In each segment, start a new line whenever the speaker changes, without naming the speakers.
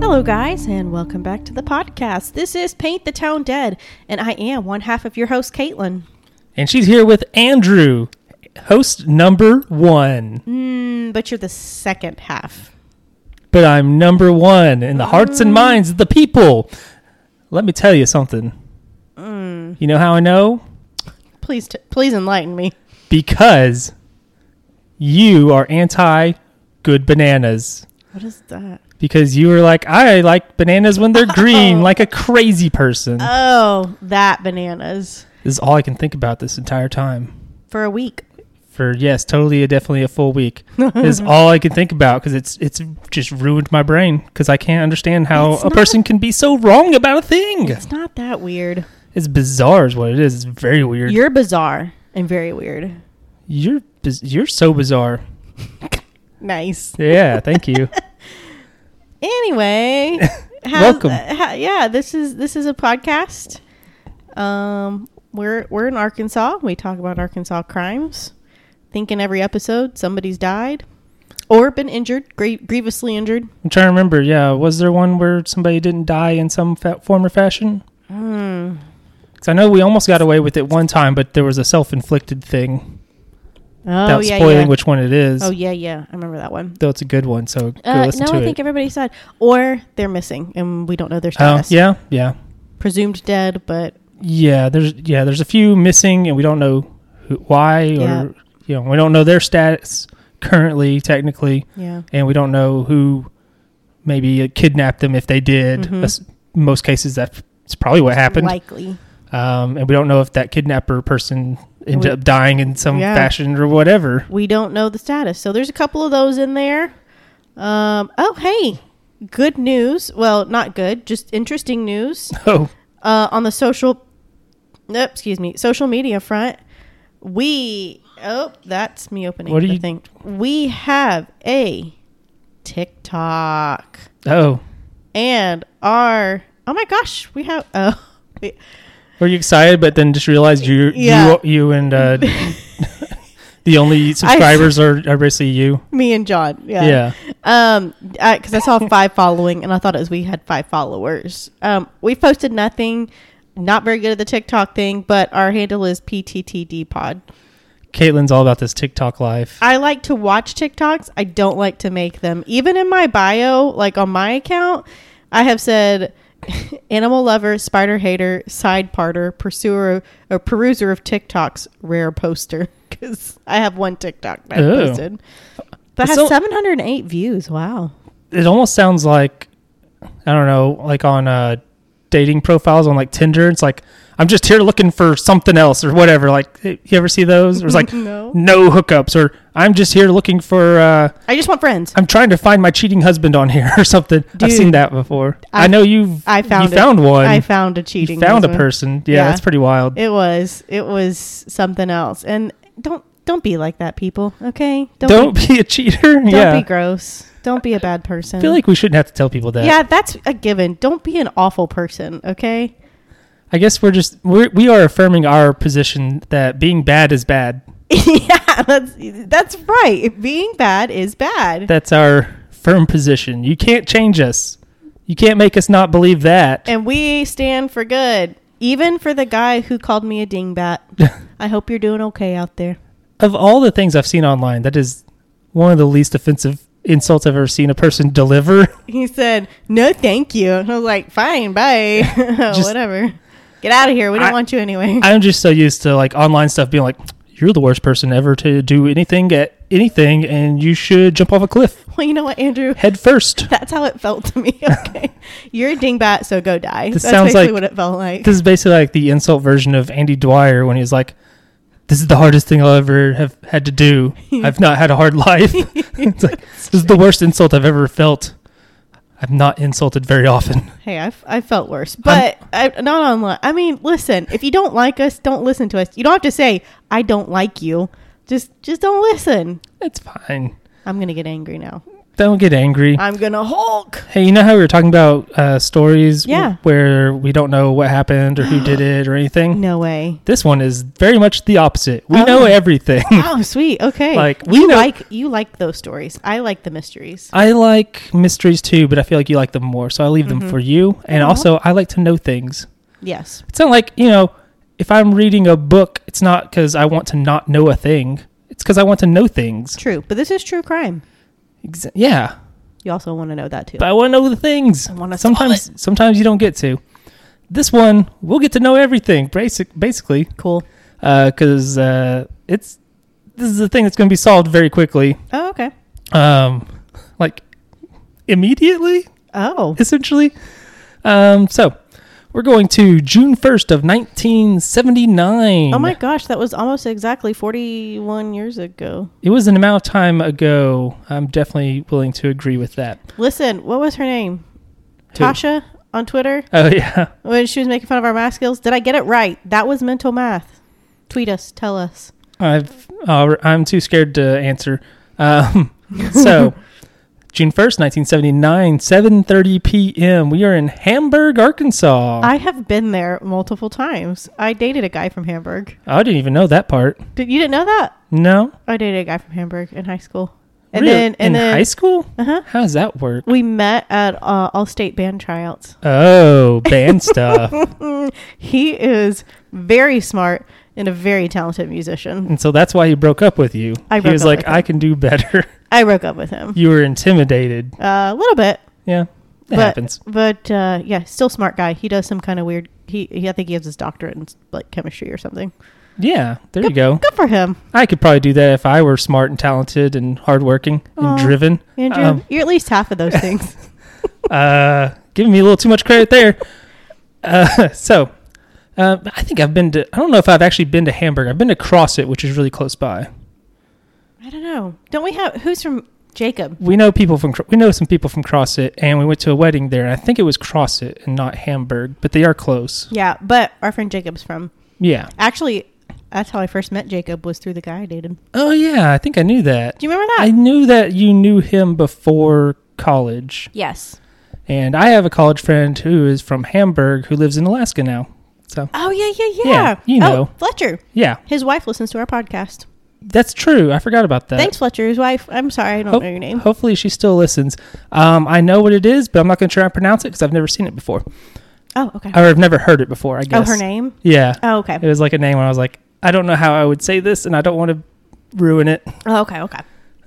Hello, guys, and welcome back to the podcast. This is Paint the Town Dead, and I am one half of your host, Caitlin.
And she's here with Andrew, host number one.
Mm, But you're the second half.
But I'm number one in the hearts and minds of the people. Let me tell you something. You know how I know?
Please, t- please enlighten me.
Because you are anti good bananas.
What is that?
Because you were like, I like bananas when they're green,
Oh.
like a crazy person.
Oh, that bananas
this is all I can think about this entire time.
for a week.
for yes, totally, definitely a full week is
Mm-hmm.
all I can think about because it's it's just ruined my brain because I can't understand how
It's
a person can be so wrong about a thing.
It's not that weird.
It's bizarre, is what it is. It's very weird. You're
You're bizarre and very weird.
you're, biz- you're so bizarre.
Nice.
Yeah, thank you.
Anyway, how's-
Welcome.
uh, ha- yeah, this is this is a podcast. Um, we're we're in Arkansas. We talk about Arkansas crimes. I think in every episode somebody's died or been injured, grie- grievously injured.
I'm trying to remember. Yeah, was there one where somebody didn't die in some fa- form or fashion? Hmm. Because I know we almost got away with it one time, but there was a self-inflicted thing.
Oh
without
yeah,
spoiling
yeah.
which one it is,
oh yeah, yeah. I remember that one.
though it's a good one. So go
Uh,
listen
no,
to
I
it.
think everybody's died, or they're missing, and we don't know their
oh
status.
yeah, yeah.
presumed dead, but
Yeah, there's yeah, there's a few missing, and we don't know who, why or
Yeah.
you know we don't know their status currently technically,
yeah,
and we don't know who maybe kidnapped them if they did.
Mhm.
That's- most cases that's probably what happened,
likely.
um, and we don't know if that kidnapper person ended
We-
up dying in some
Yeah.
fashion or whatever.
we don't know the status. So there's a couple of those in there. Um, oh, hey, good news. Well, not good, just interesting news.
Oh,
Uh, on the social, no, excuse me, social media front, we oh, that's me opening
What are
the
you-
thing. We have a TikTok
oh,
and our oh my gosh, we have oh. We,
were you excited? But then just realized you
Yeah.
you you and uh, the only subscribers are, are basically you.
me and John, yeah,
Yeah.
Um, because I saw five following, and I thought it was we had five followers. Um, we posted nothing, not very good at the TikTok thing, but our handle is PTTD Pod.
Caitlin's all about this TikTok life.
I like to watch TikToks. I don't like to make them. Even in my bio, like on my account, I have said animal lover, spider hater, side parter, pursuer, or peruser of TikToks, rare poster. Because I have one TikTok that I
Oh.
posted that has
So-
708 views. Wow.
it almost sounds like I don't know, like on uh, dating profiles on like Tinder. It's like I'm just here looking for something else or whatever. Like eh, you ever see those? Or it's like
No.
no hookups or I'm just here looking for. Uh,
I just want friends.
I'm trying to find my cheating husband on here or something. I've seen
Dude,
that before. I,
I-
know you've.
I found
you
it.
found one.
I found a
you
cheating.
found a
husband.
person. Yeah,
Yeah.
that's pretty wild.
It was it was something else. And don't don't be like that, people. Okay, don't
don't
be,
be, a cheater.
don't
yeah,
be gross. Don't be a bad person.
I feel like we shouldn't have to tell people that.
yeah, that's a given. Don't be an awful person. Okay.
I guess we're just we're, we are affirming our position that being bad is bad.
yeah, that's that's right. Being bad is bad.
That's our firm position. You can't change us. You can't make us not believe that.
and we stand for good, even for the guy who called me a dingbat. I hope you're doing okay out there.
Of all the things I've seen online, that is one of the least offensive insults I've ever seen a person deliver.
He said, "No, thank you." And I was like, "Fine, bye, whatever. Get out of here. We don't
I-
want you anyway."
I'm just so used to like online stuff being like, "You're the worst person ever to do anything at anything, and you should jump off a cliff
well, you know what, Andrew?
head first.
That's how it felt to me. Okay, you're a dingbat, so go die.
This
That's
sounds
basically
like-
what it felt like.
This is basically like the insult version of Andy Dwyer when he's like, "This is the hardest thing I'll ever have had to do. I've not had a hard life. it's like this is the worst insult I've ever felt. I'm not insulted very often.
hey, I, f- I felt worse, but I, not online. I mean, listen. If you don't like us, don't listen to us. You don't have to say I don't like you. Just just don't listen.
It's fine.
I'm gonna get angry now.
Don't get angry.
I'm gonna Hulk.
Hey, you know how we were talking about uh, stories w-
Yeah.
where we don't know what happened or who did it or anything?
No way.
This one is very much the opposite. We
Oh.
know everything.
Oh, sweet. Okay.
Like, we
we you
know-
like you like those stories. I like the mysteries.
I like mysteries too, but I feel like you like them more, so I leave them
Mhm.
for you. And
Aw.
also, I like to know things.
Yes.
It's not like, you know, if I'm reading a book, it's not because I want to not know a thing. It's because I want to know things.
True. But this is true crime.
Exa- yeah.
You also want to know that too.
But I want to know the things.
I wanna solve
sometimes sometimes you don't get to. This one, we'll get to know everything, basic basically,
cool.
because uh, it's this is a thing that's going to be solved very quickly,
Oh, okay.
um, like immediately,
Oh.
essentially. Um, so we're going to June first of nineteen seventy nine.
Oh my gosh, that was almost exactly 41 years ago.
It was an amount of time ago. I'm definitely willing to agree with that.
Listen, what was her name?
Who?
Tasha on Twitter
Oh yeah,
when she was making fun of our math skills. Did I get it right? That was mental math. Tweet us, tell us.
I've uh, I'm too scared to answer. Um, so June first, nineteen seventy nine, seven thirty p.m. We are in Hamburg, Arkansas. I,
I have been there multiple times. I dated a guy from Hamburg.
didn't even know that part.
Did you didn't know that?
No,
I dated a guy from Hamburg in high school. And
Really?
then and
in
then
high school,
Uh-huh.
how does that work?
We met at uh, all state band tryouts.
Oh, band stuff.
He is very smart and a very talented musician.
And so that's why he broke up with you.
I
he
broke
was
up
like,
with
I
him.
can do better.
I broke up with him.
you were intimidated.
Uh, a little bit.
Yeah, it
but,
happens.
But uh, yeah, still smart guy. He does some kind of weird. He, he I think he has his doctorate in like chemistry or something.
Yeah, there
good,
you go.
Good for him,
I could probably do that if I were smart and talented and hardworking and
Aw,
driven.
Andrew.
Um,
you're at least half of those things.
uh, giving me a little too much credit there. Uh, so, uh, I think I've been to. I don't know if I've actually been to Hamburg. I've been to Crossit, which is really close by.
I don't know. Don't we have who's from Jacob?
We know people from. Cro- We know some people from Crossit, and we went to a wedding there. And I think it was Crossit and not Hamburg, but they are close.
Yeah, but our friend Jacob's from.
Yeah.
Actually, that's how I first met Jacob was through the guy I dated.
Oh yeah, I think I knew that.
Do you remember that?
I knew that you knew him before college,
yes.
and I have a college friend who is from Hamburg who lives in Alaska now. So
Oh yeah, yeah, yeah.
Yeah, you know.
oh, Fletcher.
yeah,
His wife listens to our podcast.
that's true. I forgot about that. Oh. Uh,
Thanks, Fletcher. His wife. I'm sorry, I don't
Hope-
know your name.
Hopefully, she still listens. Um, I know what it is, but I'm not going to try and pronounce it because I've never seen it before,
Oh, okay.
or I've never heard it before. I
oh,
guess.
her name.
Yeah,
Oh, okay.
it was like a name when I was like, I don't know how I would say this, and I don't want to ruin it.
Oh, okay, okay.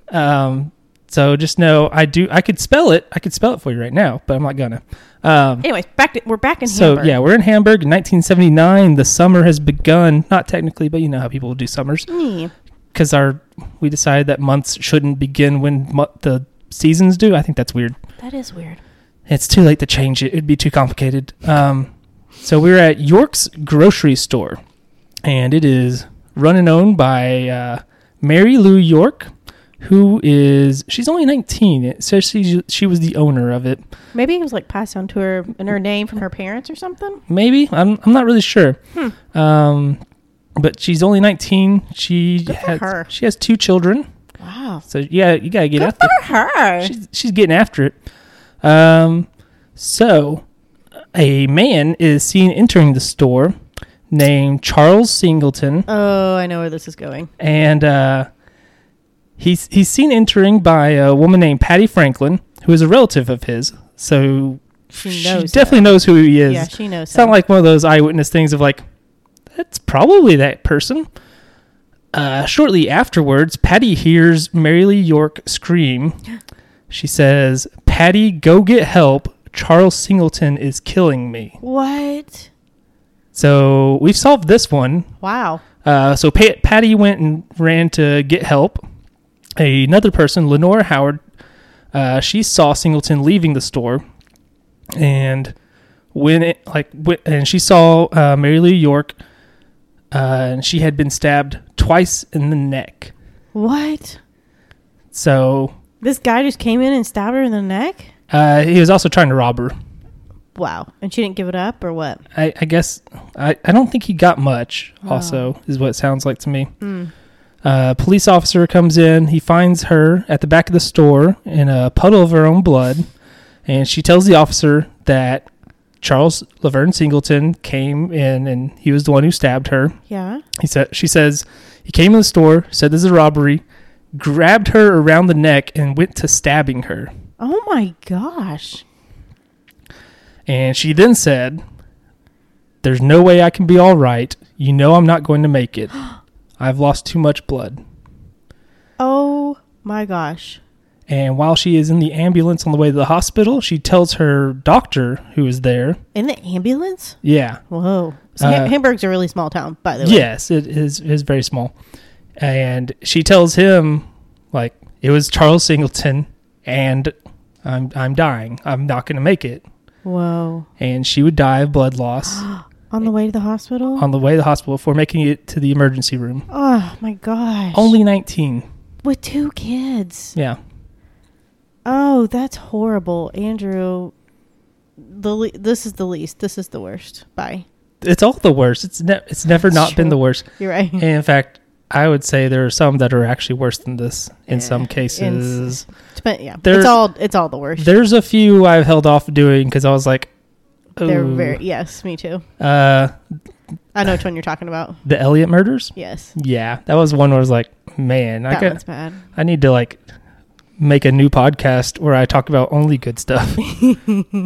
Um, so just know I do. I could spell it. I could spell it for you right now, but I'm not gonna. Um,
Anyways, back to we're back in
so
Hamburg.
yeah, we're in Hamburg in 1979. The summer has begun. Not technically, but you know how people do summers
Yeah.
because our we decided that months shouldn't begin when mo- the seasons do. I think that's weird.
That is weird.
It's too late to change it. It'd be too complicated. Um, so we're at York's grocery store, and it is run and owned by uh, Mary Lou York, who is she's only nineteen. It says she she was the owner of it.
Maybe it was like passed on to her in her name from her parents or something.
Maybe I'm I'm not really sure.
Hmm.
Um, but she's only nineteen. She
Good for her.
has, she has two children.
Wow.
So yeah, you gotta get
Good
after.
for her.
she's she's getting after it. Um, so a man is seen entering the store named Charles Singleton,
oh, I know where this is going.
and uh, he's he's seen entering by a woman named Patty Franklin, who is a relative of his. So
She
she,
knows
definitely knows who he is.
Yeah, she knows.
it's not
him.
like one of those eyewitness things of like, that's probably that person. Uh, shortly afterwards, Patty hears Mary Lee York scream. She says, Patty, go get help. Charles Singleton is killing me.
what?
So we've solved this one.
Wow.
Uh, so pa- Patty went and ran to get help. Another person, Lenora Howard, uh, she saw Singleton leaving the store, and when it like wh- and she saw uh, Mary Lou York, uh, and she had been stabbed twice in the neck.
What?
So
This guy just came in and stabbed her in the neck.
uh, he was also trying to rob her.
Wow. And she didn't give it up or what?
I, I guess I, I don't think he got much.
Wow. Hmm.
Also, is what it sounds like to me. Uh, police officer comes in. He finds her at the back of the store in a puddle of her own blood, and she tells the officer that Charles Laverne Singleton came in and he was the one who stabbed her.
Yeah.
He said she says he came in the store, said this is a robbery, grabbed her around the neck and went to stabbing her.
Oh my gosh.
And she then said, There's no way I can be all right. You know I'm not going to make it. I've lost too much blood.
Oh my gosh.
And while she is in the ambulance on the way to the hospital, she tells her doctor who is there,
In the ambulance?
yeah,
Whoa. So
Uh,
Ha- Hamburg's a really small town, by the way.
Yes, it is is very small. And she tells him like it was Charles Singleton and I'm I'm dying. I'm not going to make it.
Whoa.
And she would die of blood loss
On the way to the hospital?
on the way to the hospital before making it to the emergency room.
oh my gosh.
Only 19.
with two kids.
Yeah.
Oh, that's horrible, Andrew. The le- this is the least. This is the worst. Bye.
It's all the worst. It's ne- it's never
It's
not been
true. Mm.
the worst.
You're right.
And in fact, I would say there are some that are actually worse than this in
Yeah.
some
In-
cases.
But yeah,
They're-
it's all it's all the worst.
There's a few I've held off doing because I was like,
They're
"Ooh."
very yes, me too.
uh,
I know which one you're talking about.
the Elliot murders.
Yes,
Yeah, that was one where I was like, man, I
that
got,
one's bad.
I need to like make a new podcast where I talk about only good stuff.
Uh,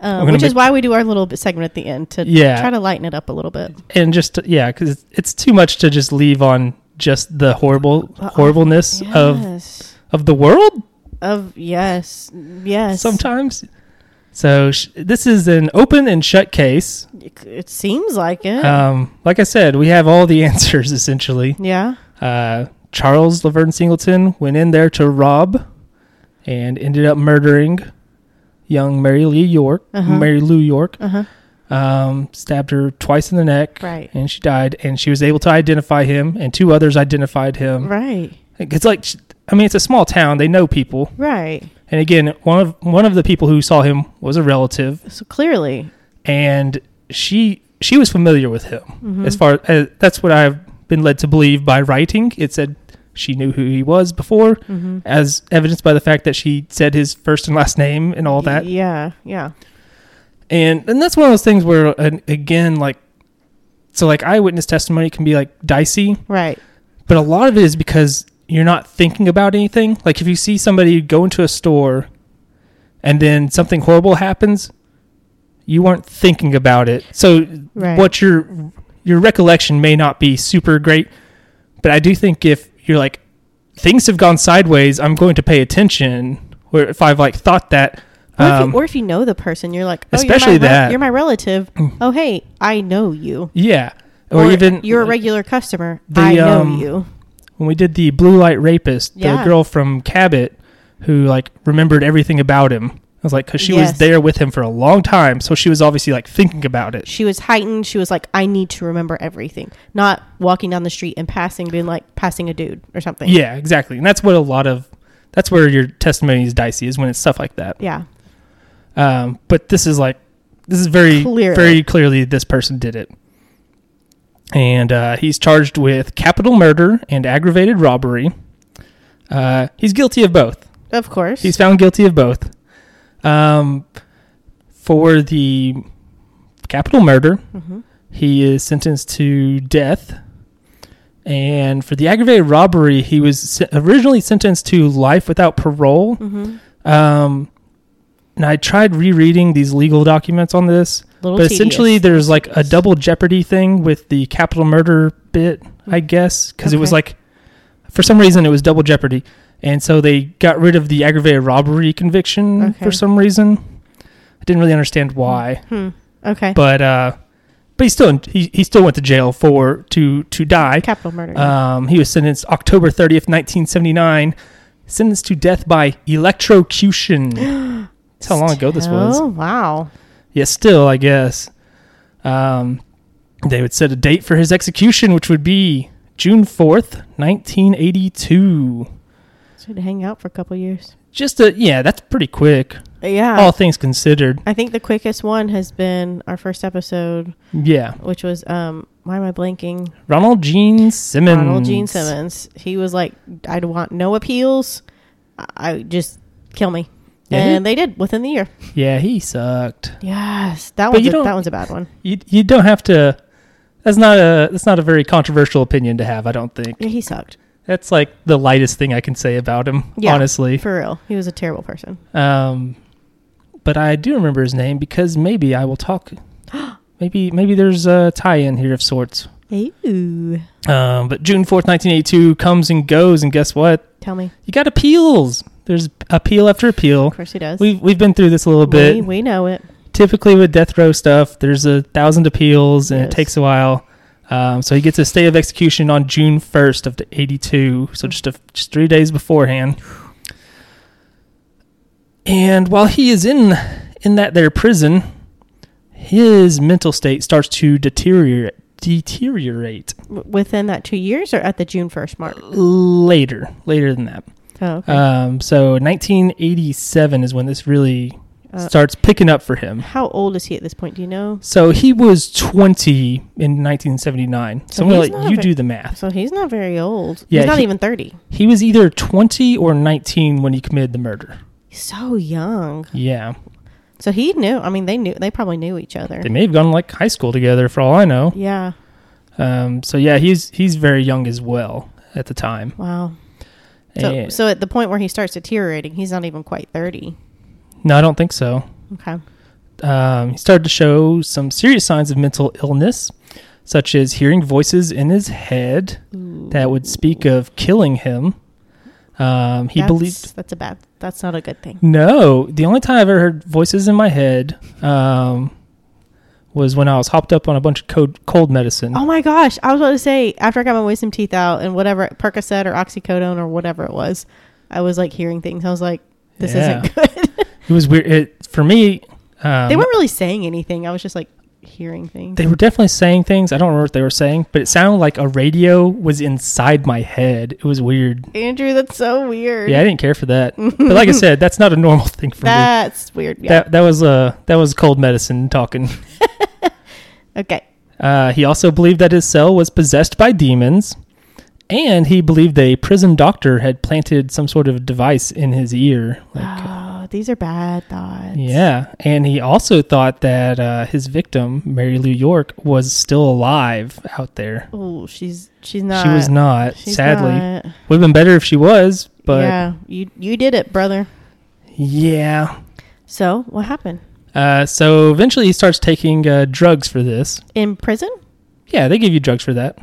gonna
which is
make-
why we do our little bit segment at the end to
Yeah.
try to lighten it up a little bit.
and just yeah, because it's, it's too much to just leave on just the horrible
Uh-uh.
horribleness of
Yes.
of the world
Of yes, yes.
sometimes. So sh- this is an open and shut case.
it, it seems like it.
Um, like I said, we have all the answers essentially.
yeah.
Uh, Charles Laverne Singleton went in there to rob and ended up murdering young Mary Lee York,
Uh-huh.
Mary Lou York,
Uh huh.
um, stabbed her twice in the neck.
Right.
And she died, and she was able to identify him, and two others identified him.
Right.
It's like, I mean, it's a small town; they know people.
Right.
And again, one of one of the people who saw him was a relative,
So clearly,
and she she was familiar with him
Mm-hmm.
as far as that's what I've been led to believe by writing. It said she knew who he was before,
mm-hmm.
as evidenced by the fact that she said his first and last name and all that.
Yeah. Yeah.
And and that's one of those things where and again, like, so like eyewitness testimony can be like dicey,
Right.
but a lot of it is because you're not thinking about anything. Like if you see somebody go into a store, and then something horrible happens, you weren't thinking about it. So
Right.
what your your recollection may not be super great, but I do think if you're like things have gone sideways, I'm going to pay attention. Where if I've like thought that,
Or, if
um,
you, or if you know the person, you're like, oh,
especially
you're my, rel-
that.
you're my relative. oh, hey, I know you.
yeah, or, even
you're a
like,
regular customer.
the,
I know
um,
you.
when we did the blue light rapist, the
Yeah.
girl from Cabot who like remembered everything about him. I was like, because she was
Yes.
there with him for a long time, so she was obviously like thinking about it.
She was heightened. She was like, I need to remember everything, not walking down the street and passing, being like passing a dude or something.
Yeah, exactly, and that's what a lot of that's where your testimony is dicey is when it's stuff like that.
Yeah.
Um, but this is like this is very
Clearly.
very clearly this person did it. And uh, he's charged with capital murder and aggravated robbery. Uh, he's guilty of both.
Of course.
He's found guilty of both. Um, for the capital murder,
Mhm.
he is sentenced to death. And for the aggravated robbery, he was se- originally sentenced to life without parole.
Mhm.
Um, and I tried rereading these legal documents on this,
Little
but essentially
tedious.
there's like a double jeopardy thing with the capital murder bit, I guess, because it was
Mm. Okay.
like for some reason it was double jeopardy, and so they got rid of the aggravated robbery conviction
Okay.
for some reason. I didn't really understand why,
Hmm. Okay.
but uh, but he still he, he still went to jail for to to die.
Capital murder.
Um, he was sentenced October 30th, 1979, sentenced to death by electrocution. That's how long ago this was.
Oh wow.
Yeah, still, I guess. Um, they would set a date for his execution, which would be June 4th, 1982.
So we'd hang out for a couple years.
Just a, yeah, that's pretty quick,
Yeah.
all things considered.
I think the quickest one has been our first episode,
Yeah.
which was um why am I blanking?
Ronald Gene Simmons.
Ronald Gene Simmons. He was like, I want no appeals. I, I just kill me.
Yeah, he-
And they did within the year.
Yeah, he sucked.
Yes, that
But
one's
you
a,
don't-
that one's a bad one.
You you don't have to. That's not a that's not a very controversial opinion to have. I don't think
Yeah, he sucked
that's like the lightest thing I can say about him.
Yeah.
honestly,
for real. He was a terrible person.
Um, but I do remember his name because maybe I will talk. maybe maybe there's a tie-in here of sorts.
Ooh,
Um, but June fourth, nineteen eighty-two comes and goes, and guess what?
tell me.
You got appeals. There's appeal after appeal.
Of course he does.
We've we've been through this a little
We,
bit.
we know it.
Typically with death row stuff, there's a thousand appeals, and
Yes.
it takes a while. Um, so he gets a stay of execution on June first of the eighty-two. So just a, just three days beforehand. And while he is in in that there prison, his mental state starts to deteriorate deteriorate
W- within that two years or at the June first mark.
Uh, later later than that.
Oh, okay.
Um, so 1987 is when this really
Uh,
starts picking up for him.
How old is he at this point? Do you know?
So he was 20 in 1979. So,
So
I'm gonna
he's
let
not
you
ve-
do the math.
So he's not very old.
Yeah,
he's not
he-
even thirty.
He was either 20 or 19 when he committed the murder.
He's so young.
Yeah.
So he knew. I mean, they knew. They probably knew each other.
They may have gone like high school together for all I know.
Yeah.
Um, so yeah, he's he's very young as well at the time.
Wow. So,
And-
so at the point where he starts deteriorating, he's not even quite thirty.
no, I don't think so.
Okay.
um, he started to show some serious signs of mental illness, such as hearing voices in his head that would speak of killing him. Um, he
that's,
believed.
that's a bad. That's not a good thing.
No, the only time I've ever heard voices in my head um, was when I was hopped up on a bunch of cold, cold medicine.
Oh my gosh! I was about to say after I got my wisdom teeth out and whatever Percocet or oxycodone or whatever it was, I was like hearing things. I was like, "This
Yeah.
isn't good."
It was weird. It, for me, um,
they weren't really saying anything. I was just like hearing things.
they were definitely saying things. I don't remember what they were saying, but it sounded like a radio was inside my head. It was weird.
Andrew, that's so weird.
Yeah, I didn't care for that. but like I said, that's not a normal thing for me.
that's weird. Yeah.
That that was uh that was cold medicine talking.
okay.
Uh, he also believed that his cell was possessed by demons, and he believed a prison doctor had planted some sort of device in his ear. Like,
Oh, these are bad thoughts.
yeah, and he also thought that uh, his victim Mary Lou York was still alive out there.
Oh, she's she's not.
she was not,
She's
sadly.
not.
Would have been better if she was, but
yeah, you you did it, brother.
yeah.
So what happened
Uh, so eventually, he starts taking uh, drugs for this.
in prison?
Yeah, they give you drugs for that.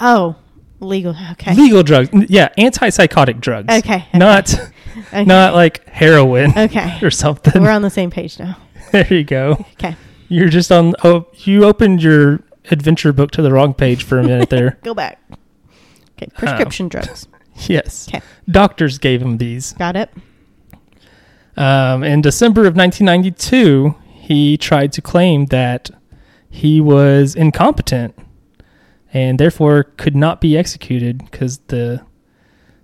Oh, legal. Okay.
Legal drugs. N- Yeah, antipsychotic drugs.
Okay, okay.
Not
Okay.
not like heroin
Okay.
or something.
We're on the same page now.
there you go.
Okay.
You're just on oh you opened your adventure book to the wrong page for a minute there.
Go back. Okay.
Uh,
Prescription drugs.
Yes.
Okay.
Doctors gave him these.
Got it.
Um, in December of 1992, he tried to claim that he was incompetent and therefore could not be executed because the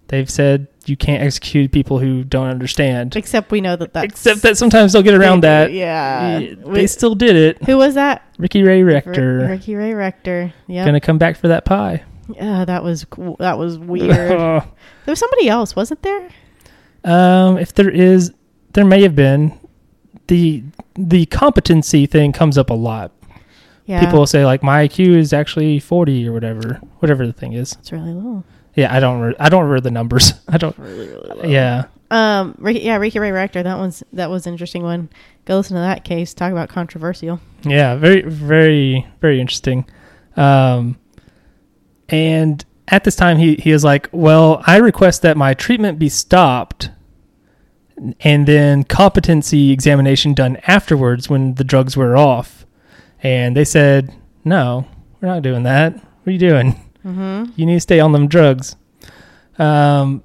they've said you can't execute people who don't understand.
Except we know that that's
Except that sometimes they'll get around that.
Yeah.
Yeah,
We-
They still did it.
who was that?
Ricky Ray
R-
Rector
Ricky Ray Rector. Yeah.
gonna come back for that pie.
Oh, that was cool. that was weird. there was somebody else, wasn't there?
um, if there is, there may have been the the competency thing comes up a lot.
Yeah.
People will say like my IQ is actually forty or whatever, whatever the thing is.
It's really low.
Yeah, I don't re- I don't remember the numbers. I don't.
Really, really low.
Yeah,
Um. Ricky, yeah. Ricky Ray Rector. That one's that was an interesting one. Go listen to that case. Talk about controversial.
yeah, very very very interesting. Um, and at this time he he is like, well, I request that my treatment be stopped. And then competency examination done afterwards when the drugs were off. And they said, no, we're not doing that. What are you doing?
Mm-hmm.
you need to stay on them drugs. Um,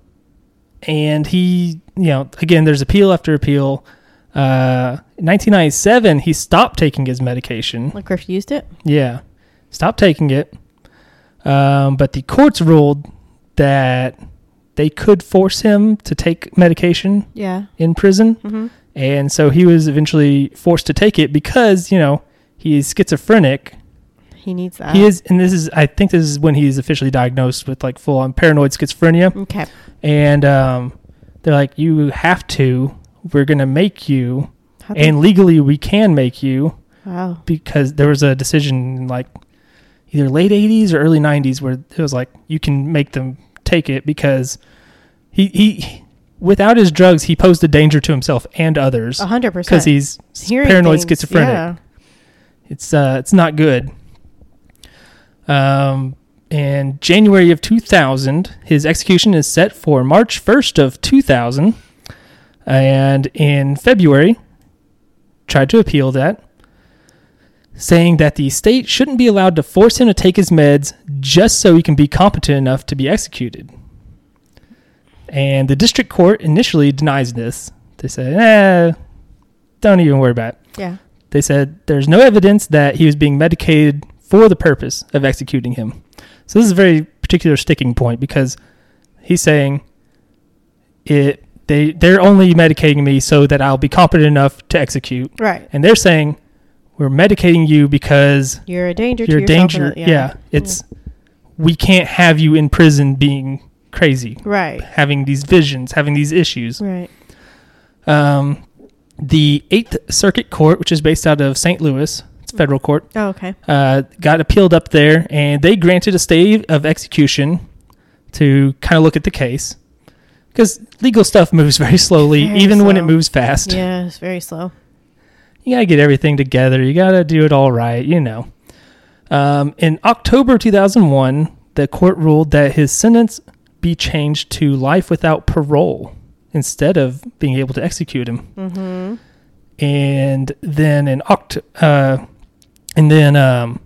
and he, you know, again, there's appeal after appeal. Uh, in 1997, he stopped taking his medication.
Like refused it.
Yeah, stopped taking it. Um, but the courts ruled that they could force him to take medication
Yeah.
in prison,
Mm-hmm.
and so he was eventually forced to take it because you know he's schizophrenic
He needs that.
He is, and this is, I think this is when he's officially diagnosed with like full on paranoid schizophrenia.
Okay.
And um, they're like, you have to, we're going to make you,
How the-
and legally we can make you
wow.
because there was a decision in like either late 80s or early 90s where it was like, you can make them take it because he, he, without his drugs, he posed a danger to himself and others
A hundred percent.
because he's
Hearing
paranoid
things,
schizophrenic
Yeah.
it's uh it's not good um in january of 2000 his execution is set for march 1st of 2000 and in february tried to appeal that saying that the state shouldn't be allowed to force him to take his meds just so he can be competent enough to be executed and the district court initially denies this they say eh, don't even worry about it
Yeah.
they said there's no evidence that he was being medicated for the purpose of executing him. So this is a very particular sticking point because he's saying it they they're only medicating me so that I'll be competent enough to execute.
Right.
And they're saying we're medicating you because
You're a danger.
you're
to yourself
danger.
and-
Yeah. It's we can't have you in prison being crazy,
right.
having these visions, having these issues.
Right.
Um, the Eighth Circuit Court, which is based out of St. Louis, it's a federal court,
Oh, okay.
uh, got appealed up there, and they granted a stay of execution to kind of look at the case because legal stuff moves very slowly,
Very
even when it
slow.
moves fast.
Yeah, it's very slow.
You gotta get everything together. You gotta do it all right. You know. Um, in October 2001, the court ruled that his sentence be changed to life without parole instead of being able to execute him.
Mm-hmm.
and then in Oct- uh, and then um,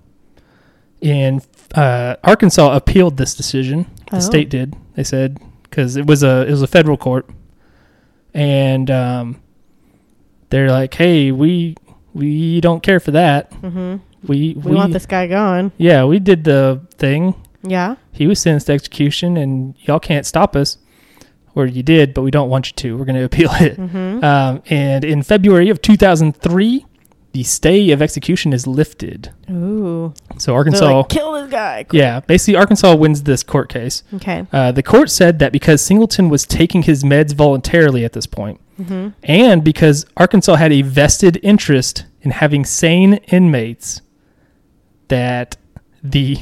in uh, Arkansas appealed this decision. The
Oh.
state did. They said because it was a it was a federal court, and um, they're like, hey, we we don't care for that.
Mm-hmm.
We
We, want this guy gone.
Yeah, we did the thing.
Yeah.
He was sentenced to execution, and y'all can't stop us. Or you did, but we don't want you to. We're going to appeal it.
Mm-hmm.
Um, and in February of 2003, the stay of execution is lifted.
Ooh.
So
They're
Arkansas,
like, kill this guy.
yeah, basically Arkansas wins this court case.
Okay.
Uh, the court said that because Singleton was taking his meds voluntarily at this point,
Mm-hmm.
and because Arkansas had a vested interest in having sane inmates, that the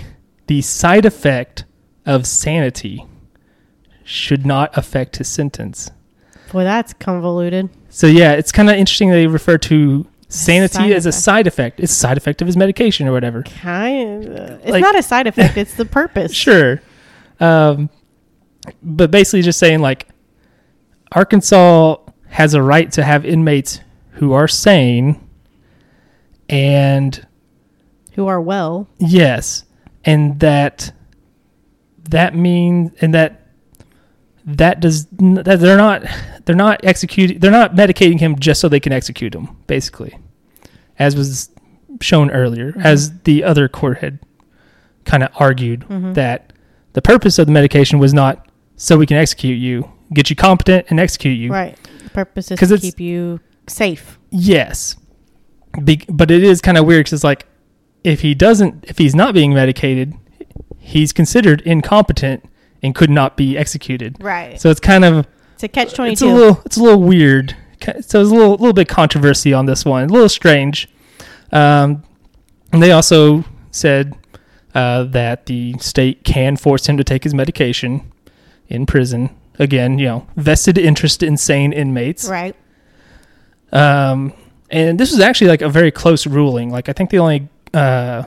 the side effect of sanity should not affect his sentence.
Boy, that's convoluted.
So yeah, it's kind of interesting they refer to sanity
side
as a
effect.
side effect. It's a side effect of his medication or whatever.
Kind of. It's
Like-
not a side effect. It's the purpose.
Sure. Um, but basically just saying like Arkansas has a right to have inmates who are sane and
Who are well.
yes, and that that means and that that does n- that they're not they're not executing they're not medicating him just so they can execute him basically as was shown earlier as the other court had kind of argued
Mhm.
that the purpose of the medication was not so we can execute you get you competent and execute you
Right. The purpose is
'Cause
to
it's-
keep you safe.
Yes, Be- but it is kind of weird because like if he doesn't, if he's not being medicated, he's considered incompetent and could not be executed.
Right.
So it's kind of
It's a catch
it's a
22.
little it's a little weird. Ki- So it's a little little bit controversy on this one, a little strange. Um, and they also said uh, that the state can force him to take his medication in prison. Again, you know, vested interest in sane inmates.
right.
Um, and this was actually like a very close ruling. Like I think they only uh,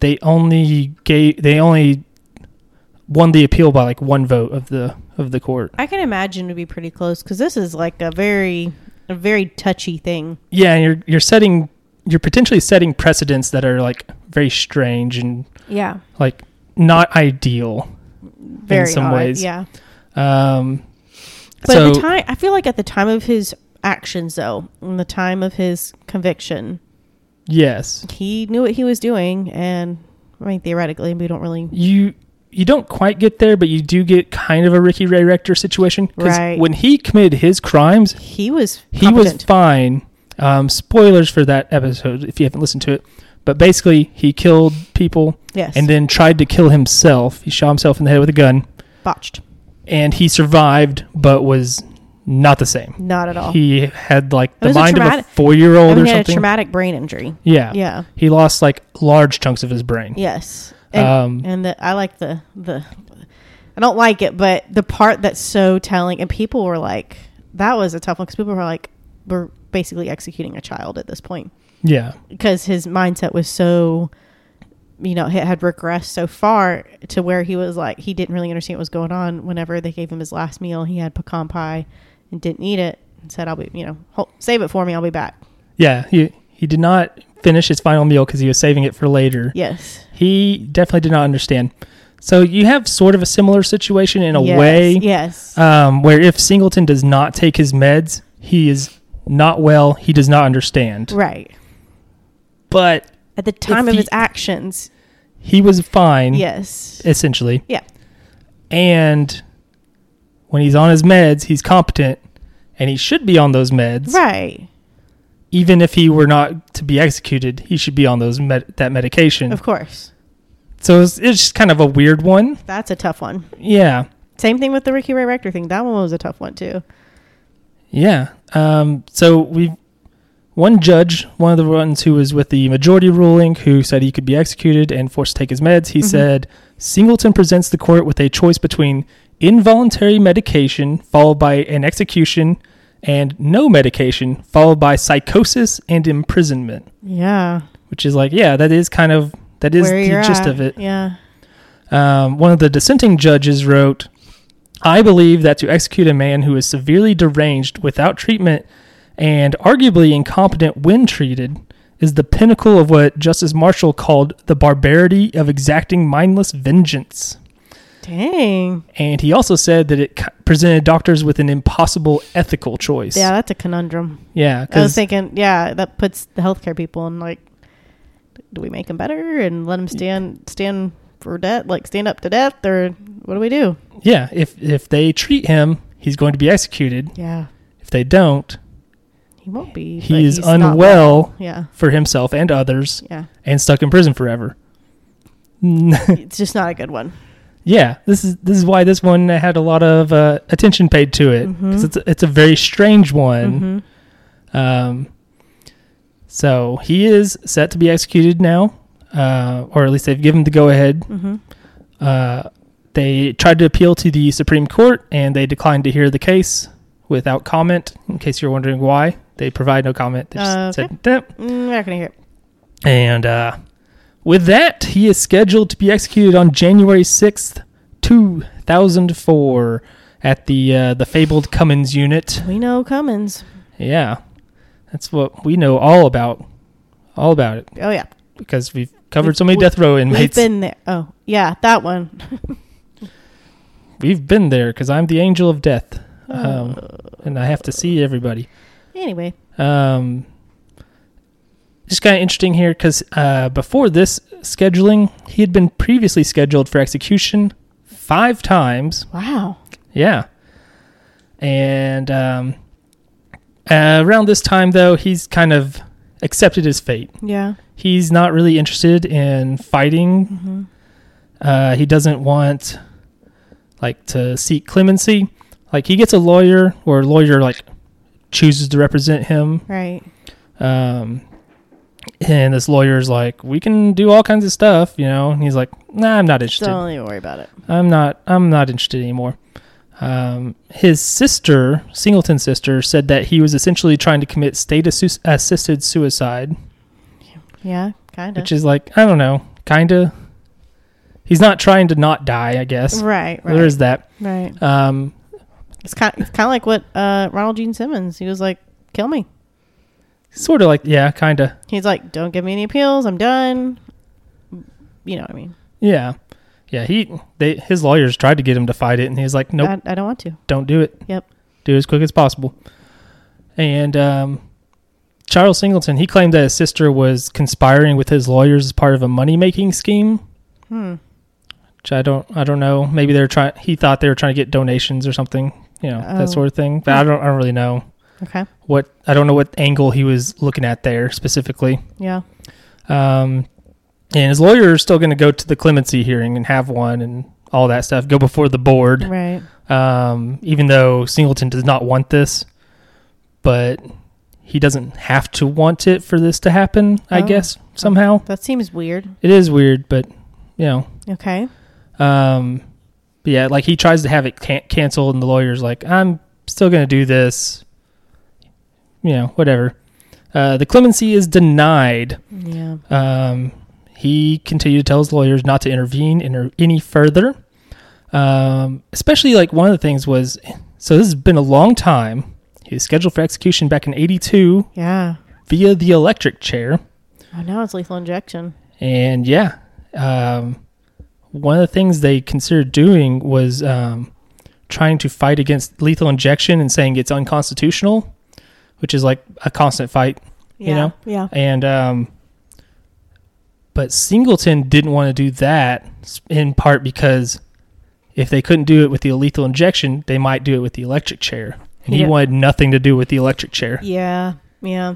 they only gave they only won the appeal by like one vote of the of the court.
I can imagine to be pretty close because this is like a very, a very touchy thing.
Yeah, and you're you're setting you're potentially setting precedents that are like very strange and
Yeah.
like not ideal.
Very
some
odd.
ways.
Yeah.
Um,
But
so
at the time, I feel like at the time of his actions, though, in the time of his conviction,
yes,
he knew what he was doing, and I mean theoretically, we don't really.
you you don't quite get there, but you do get kind of a Ricky Ray Rector situation because
Right.
when he committed his crimes,
He was.
he was
competent.
fine. Um, spoilers for that episode if you haven't listened to it, But basically, he killed people
Yes.
and then tried to kill himself. He shot himself in the head with a gun,
botched.
and he survived, but was not the same.
Not at all.
He had like the
was a
mind of a
traumatic- I
four-year-old
mean,
or
he had a
something.
traumatic brain injury.
yeah,
Yeah.
He lost like large chunks of his brain.
Yes. And,
Um,
and the, I like the the. I don't like it, but the part that's so telling, and people were like, "That was a tough one," because people were like, "We're basically executing a child at this point,"
Yeah,
because his mindset was so, you know, it had regressed so far to where he was like, he didn't really understand what was going on. Whenever they gave him his last meal, he had pecan pie and didn't eat it, and said, "I'll be, you know, hol- save it for me. I'll be back."
yeah. He he did not finish his final meal because he was saving it for later.
Yes.
He definitely did not understand. So you have sort of a similar situation in a
Yes.
way,
Yes.
um, where if Singleton does not take his meds, he is not well. He does not understand.
right.
But
At the time
If
of
he-
his actions,
he was fine,
Yes.
essentially.
Yeah.
And when he's on his meds, he's competent, and he should be on those meds.
Right.
Even if he were not to be executed, he should be on those med- that medication.
Of course.
So it's, it's just kind of a weird one.
That's a tough one.
Yeah.
Same thing with the Ricky Ray Rector thing. That one was a tough one too.
Yeah. Um, so we, one judge, one of the ones who was with the majority ruling, who said he could be executed and forced to take his meds, he
Mhm.
said Singleton presents the court with a choice between involuntary medication followed by an execution and no medication followed by psychosis and imprisonment,
Yeah.
which is like, yeah, that is kind of that is the gist of it.
Yeah.
Um, one of the dissenting judges wrote, I believe that to execute a man who is severely deranged without treatment and arguably incompetent when treated is the pinnacle of what Justice Marshall called the barbarity of exacting mindless vengeance.
Dang.
And he also said that it c- presented doctors with an impossible ethical choice.
Yeah, that's a conundrum. I
Yeah.
was
'cause-
thinking, yeah, that puts the healthcare people in like, do we make them better and let them stand stand for death, like stand up to death, or what do we do?
yeah. If, if they treat him, he's going to be executed.
Yeah,
If they don't,
he won't be. but
he is
he's not
unwell
Yeah,
for himself and others.
yeah.
and stuck in prison forever. yeah,
It's just not a good one.
this is this is why this one had a lot of uh, attention paid to it 'cause
Mhm.
it's it's a very strange one.
Mhm.
Um, so he is set to be executed now, uh, or at least they've given the go ahead.
Mhm.
Uh, they tried to appeal to the Supreme Court and they declined to hear the case without comment. In case you're wondering why, they provide no comment. They just
Uh,
said, "Nope."
Mm, We're not gonna hear it.
And uh, with that, he is scheduled to be executed on January 6th, 2004, at the uh, the fabled Cummins unit.
We know Cummins.
Yeah, that's what we know all about, all about it,
Oh yeah.
because we've covered so
We've-
many death row inmates.
We've been there. Oh, yeah, that one.
We've been there because I'm the angel of death, um,
Uh,
and I have to see everybody.
anyway,
Um, just kind of interesting here because uh, before this scheduling, he had been previously scheduled for execution five times.
wow.
Yeah. And um, uh, around this time, though, he's kind of accepted his fate.
Yeah.
He's not really interested in fighting.
hmm
Uh, he doesn't want like to seek clemency. Like he gets a lawyer, or a lawyer like chooses to represent him
Right.
um, and this lawyer's like, we can do all kinds of stuff, you know. And he's like, Nah, I'm not interested.
Don't even worry about it.
I'm not. I'm not interested anymore. Um, his sister, Singleton's sister, said that he was essentially trying to commit state-assisted suicide,
Yeah, kind of.
which is like, I don't know, kinda. He's not trying to not die, I guess.
Right. Right.
There is that.
right.
Um,
It's kind. It's kind of like what uh, Ronald Gene Simmons. He was like, "Kill me."
sort of like, yeah, kinda.
He's like, "Don't give me any appeals. I'm done." You know what I mean?
Yeah, yeah. He, they, his lawyers tried to get him to fight it, and he's like, Nope.
I, I don't want to.
don't do it.
Yep.
Do it as quick as possible. And um, Charles Singleton, he claimed that his sister was conspiring with his lawyers as part of a money making scheme.
Hmm.
Which I don't, I don't know. Maybe they're trying. He thought they were trying to get donations or something, you know,
Oh.
that sort of thing. But I don't, I don't really know
Okay.
what. I don't know what angle he was looking at there specifically.
Yeah.
Um, and his lawyer is still going to go to the clemency hearing and have one and all that stuff, go before the board
Right.
um, even though Singleton does not want this, but he doesn't have to want it for this to happen, I
Oh.
guess, somehow.
That seems weird.
It is weird, but, you know.
Okay.
Um, but yeah, like he tries to have it can- canceled, and the lawyer's like, I'm still going to do this, you know, whatever. Uh, the clemency is denied.
Yeah.
Um, he continued to tell his lawyers not to intervene in any further. Um, especially like one of the things was, so this has been a long time. He was scheduled for execution back in '82
Yeah.
via the electric chair,
Oh, now it's lethal injection.
and yeah, um, one of the things they considered doing was um, trying to fight against lethal injection and saying it's unconstitutional, which is like a constant fight
Yeah.
You know?
Yeah.
and um but Singleton didn't want to do that s- in part because if they couldn't do it with the lethal injection, they might do it with the electric chair. And he
Yeah.
wanted nothing to do with the electric chair.
Yeah. Yeah.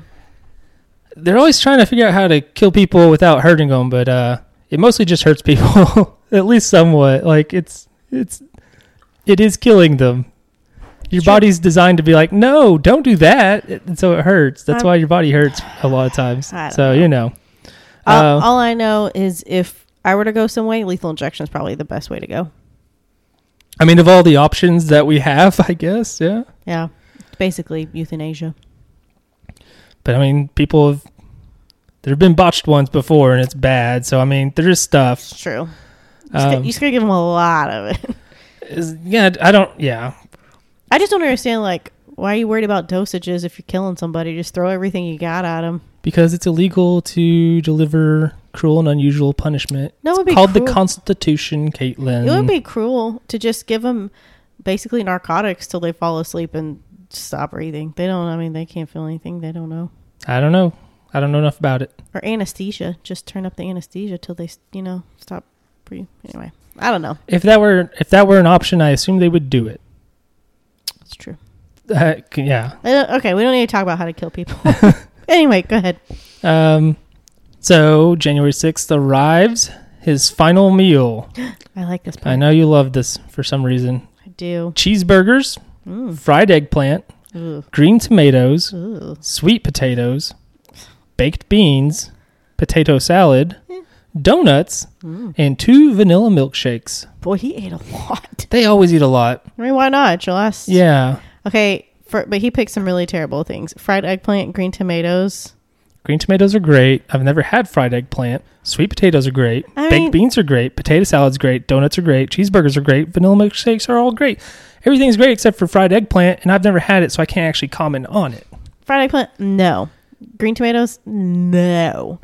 They're always trying to figure out how to kill people without hurting them, but uh it mostly just hurts people at least somewhat. Like it's it's it is killing them. Your
Sure.
body's designed to be like, "No, don't do that." And so it hurts. That's
I'm-
why your body hurts a lot of times.
Um, I don't
So, you know.
All,
Uh,
all I know is if I were to go some way, lethal injection is probably the best way to go.
I mean, of all the options that we have, I guess, yeah.
Yeah. It's basically euthanasia.
But I mean, people have there have been botched ones before, and it's bad. So I mean, there's stuff.
It's true. You just,
Um,
got, you just gotta give him a lot of it.
is- yeah, I don't. Yeah,
I just don't understand. Like, why are you worried about dosages if you're killing somebody? Just throw everything you got at him.
because it's illegal to deliver cruel and unusual punishment.
No, it would
It's
be
called the
cruel.
Constitution, Caitlin.
It would be cruel to just give them basically narcotics till they fall asleep and stop breathing. They don't. I mean, they can't feel anything. They don't know.
I don't know. I don't know enough about it.
Or anesthesia. Just turn up the anesthesia till they, you know, stop breathing. Anyway, I don't know.
If that were if that were an option, I assume they would do it.
It's true.
Uh, c- yeah,
I don't- okay, we don't need to talk about how to kill people. anyway, go ahead.
Um, so January 6th arrives, his final meal.
I like this part.
I know you love this for some reason.
I do.
Cheeseburgers,
Mm.
fried eggplant,
Ooh.
green tomatoes,
Ooh.
sweet potatoes, baked beans, potato salad, donuts,
Mm.
and two vanilla milkshakes.
Boy, he ate a lot.
They always eat a lot.
I mean, why not? It's your last.
Yeah.
Okay, for, but he picked some really terrible things: fried eggplant, green tomatoes.
Green tomatoes are great. I've never had fried eggplant. Sweet potatoes are great.
I
Baked
mean-
beans are great. Potato salad's great. Donuts are great. Cheeseburgers are great. Vanilla milkshakes are all great. Everything's great except for fried eggplant, and I've never had it, so I can't actually comment on it.
Fried eggplant, no. Green tomatoes, no.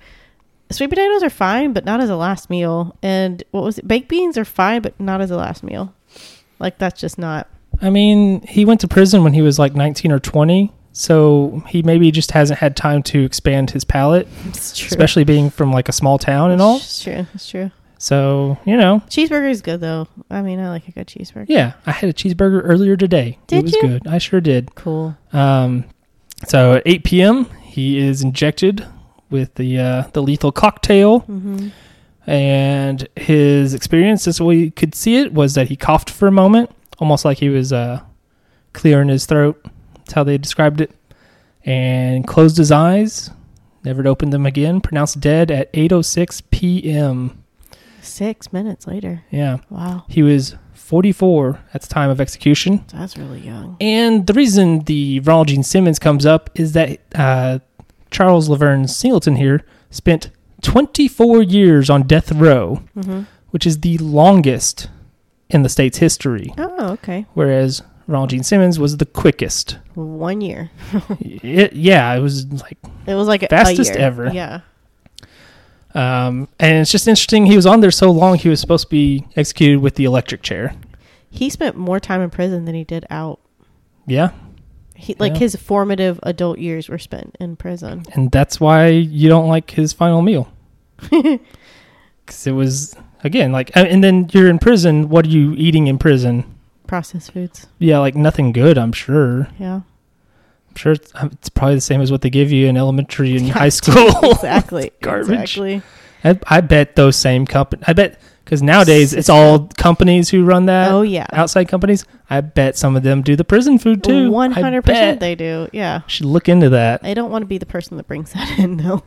Sweet potatoes are fine, but not as a last meal. And what was it? Baked beans are fine, but not as a last meal. Like that's just not.
I mean, he went to prison when he was like 19 or 20, so he maybe just hasn't had time to expand his palate,
It's true.
especially being from like a small town and all.
It's true. It's true.
So, you know,
Cheeseburger is good though. I mean, I like a good cheeseburger.
yeah, I had a cheeseburger earlier today. it
Did
was
you?
good. I sure did.
Cool.
Um, so at 8 p.m., he is injected with the uh, the lethal cocktail,
Mm-hmm.
and his experience, as we could see it, was that he coughed for a moment, almost like he was uh, clearing his throat. That's how they described it, and closed his eyes, never to open them again. Pronounced dead at 8:06 p.m.
Six minutes later.
Yeah,
Wow,
he was 44 at the time of execution.
that's really young.
And the reason the Ronald Gene Simmons comes up is that uh, Charles Laverne Singleton here spent 24 years on death row,
Mm-hmm.
which is the longest in the state's history,
Oh, okay.
whereas Ronald Gene Simmons was the quickest.
One year.
It- yeah, it was like,
It was like a- a
Fastest
year.
ever.
Yeah.
um, and it's just interesting. He was on there so long, he was supposed to be executed with the electric chair.
He spent more time in prison than he did out.
Yeah,
He, like
Yeah.
his formative adult years were spent in prison.
and that's why you don't like his final meal because it was again like a- and then you're in prison what are you eating in prison
Processed foods.
yeah like nothing good i'm sure
Yeah.
I'm sure it's, um, it's probably the same as what they give you in elementary and
Yeah,
high school.
exactly.
Garbage.
Exactly.
I, I bet those same company. I bet because nowadays it's all companies who run that.
oh yeah.
Outside companies. I bet some of them do the prison food too. I
One hundred percent
bet.
they do. Yeah.
Should look into that.
I don't want to be the person that brings that in though.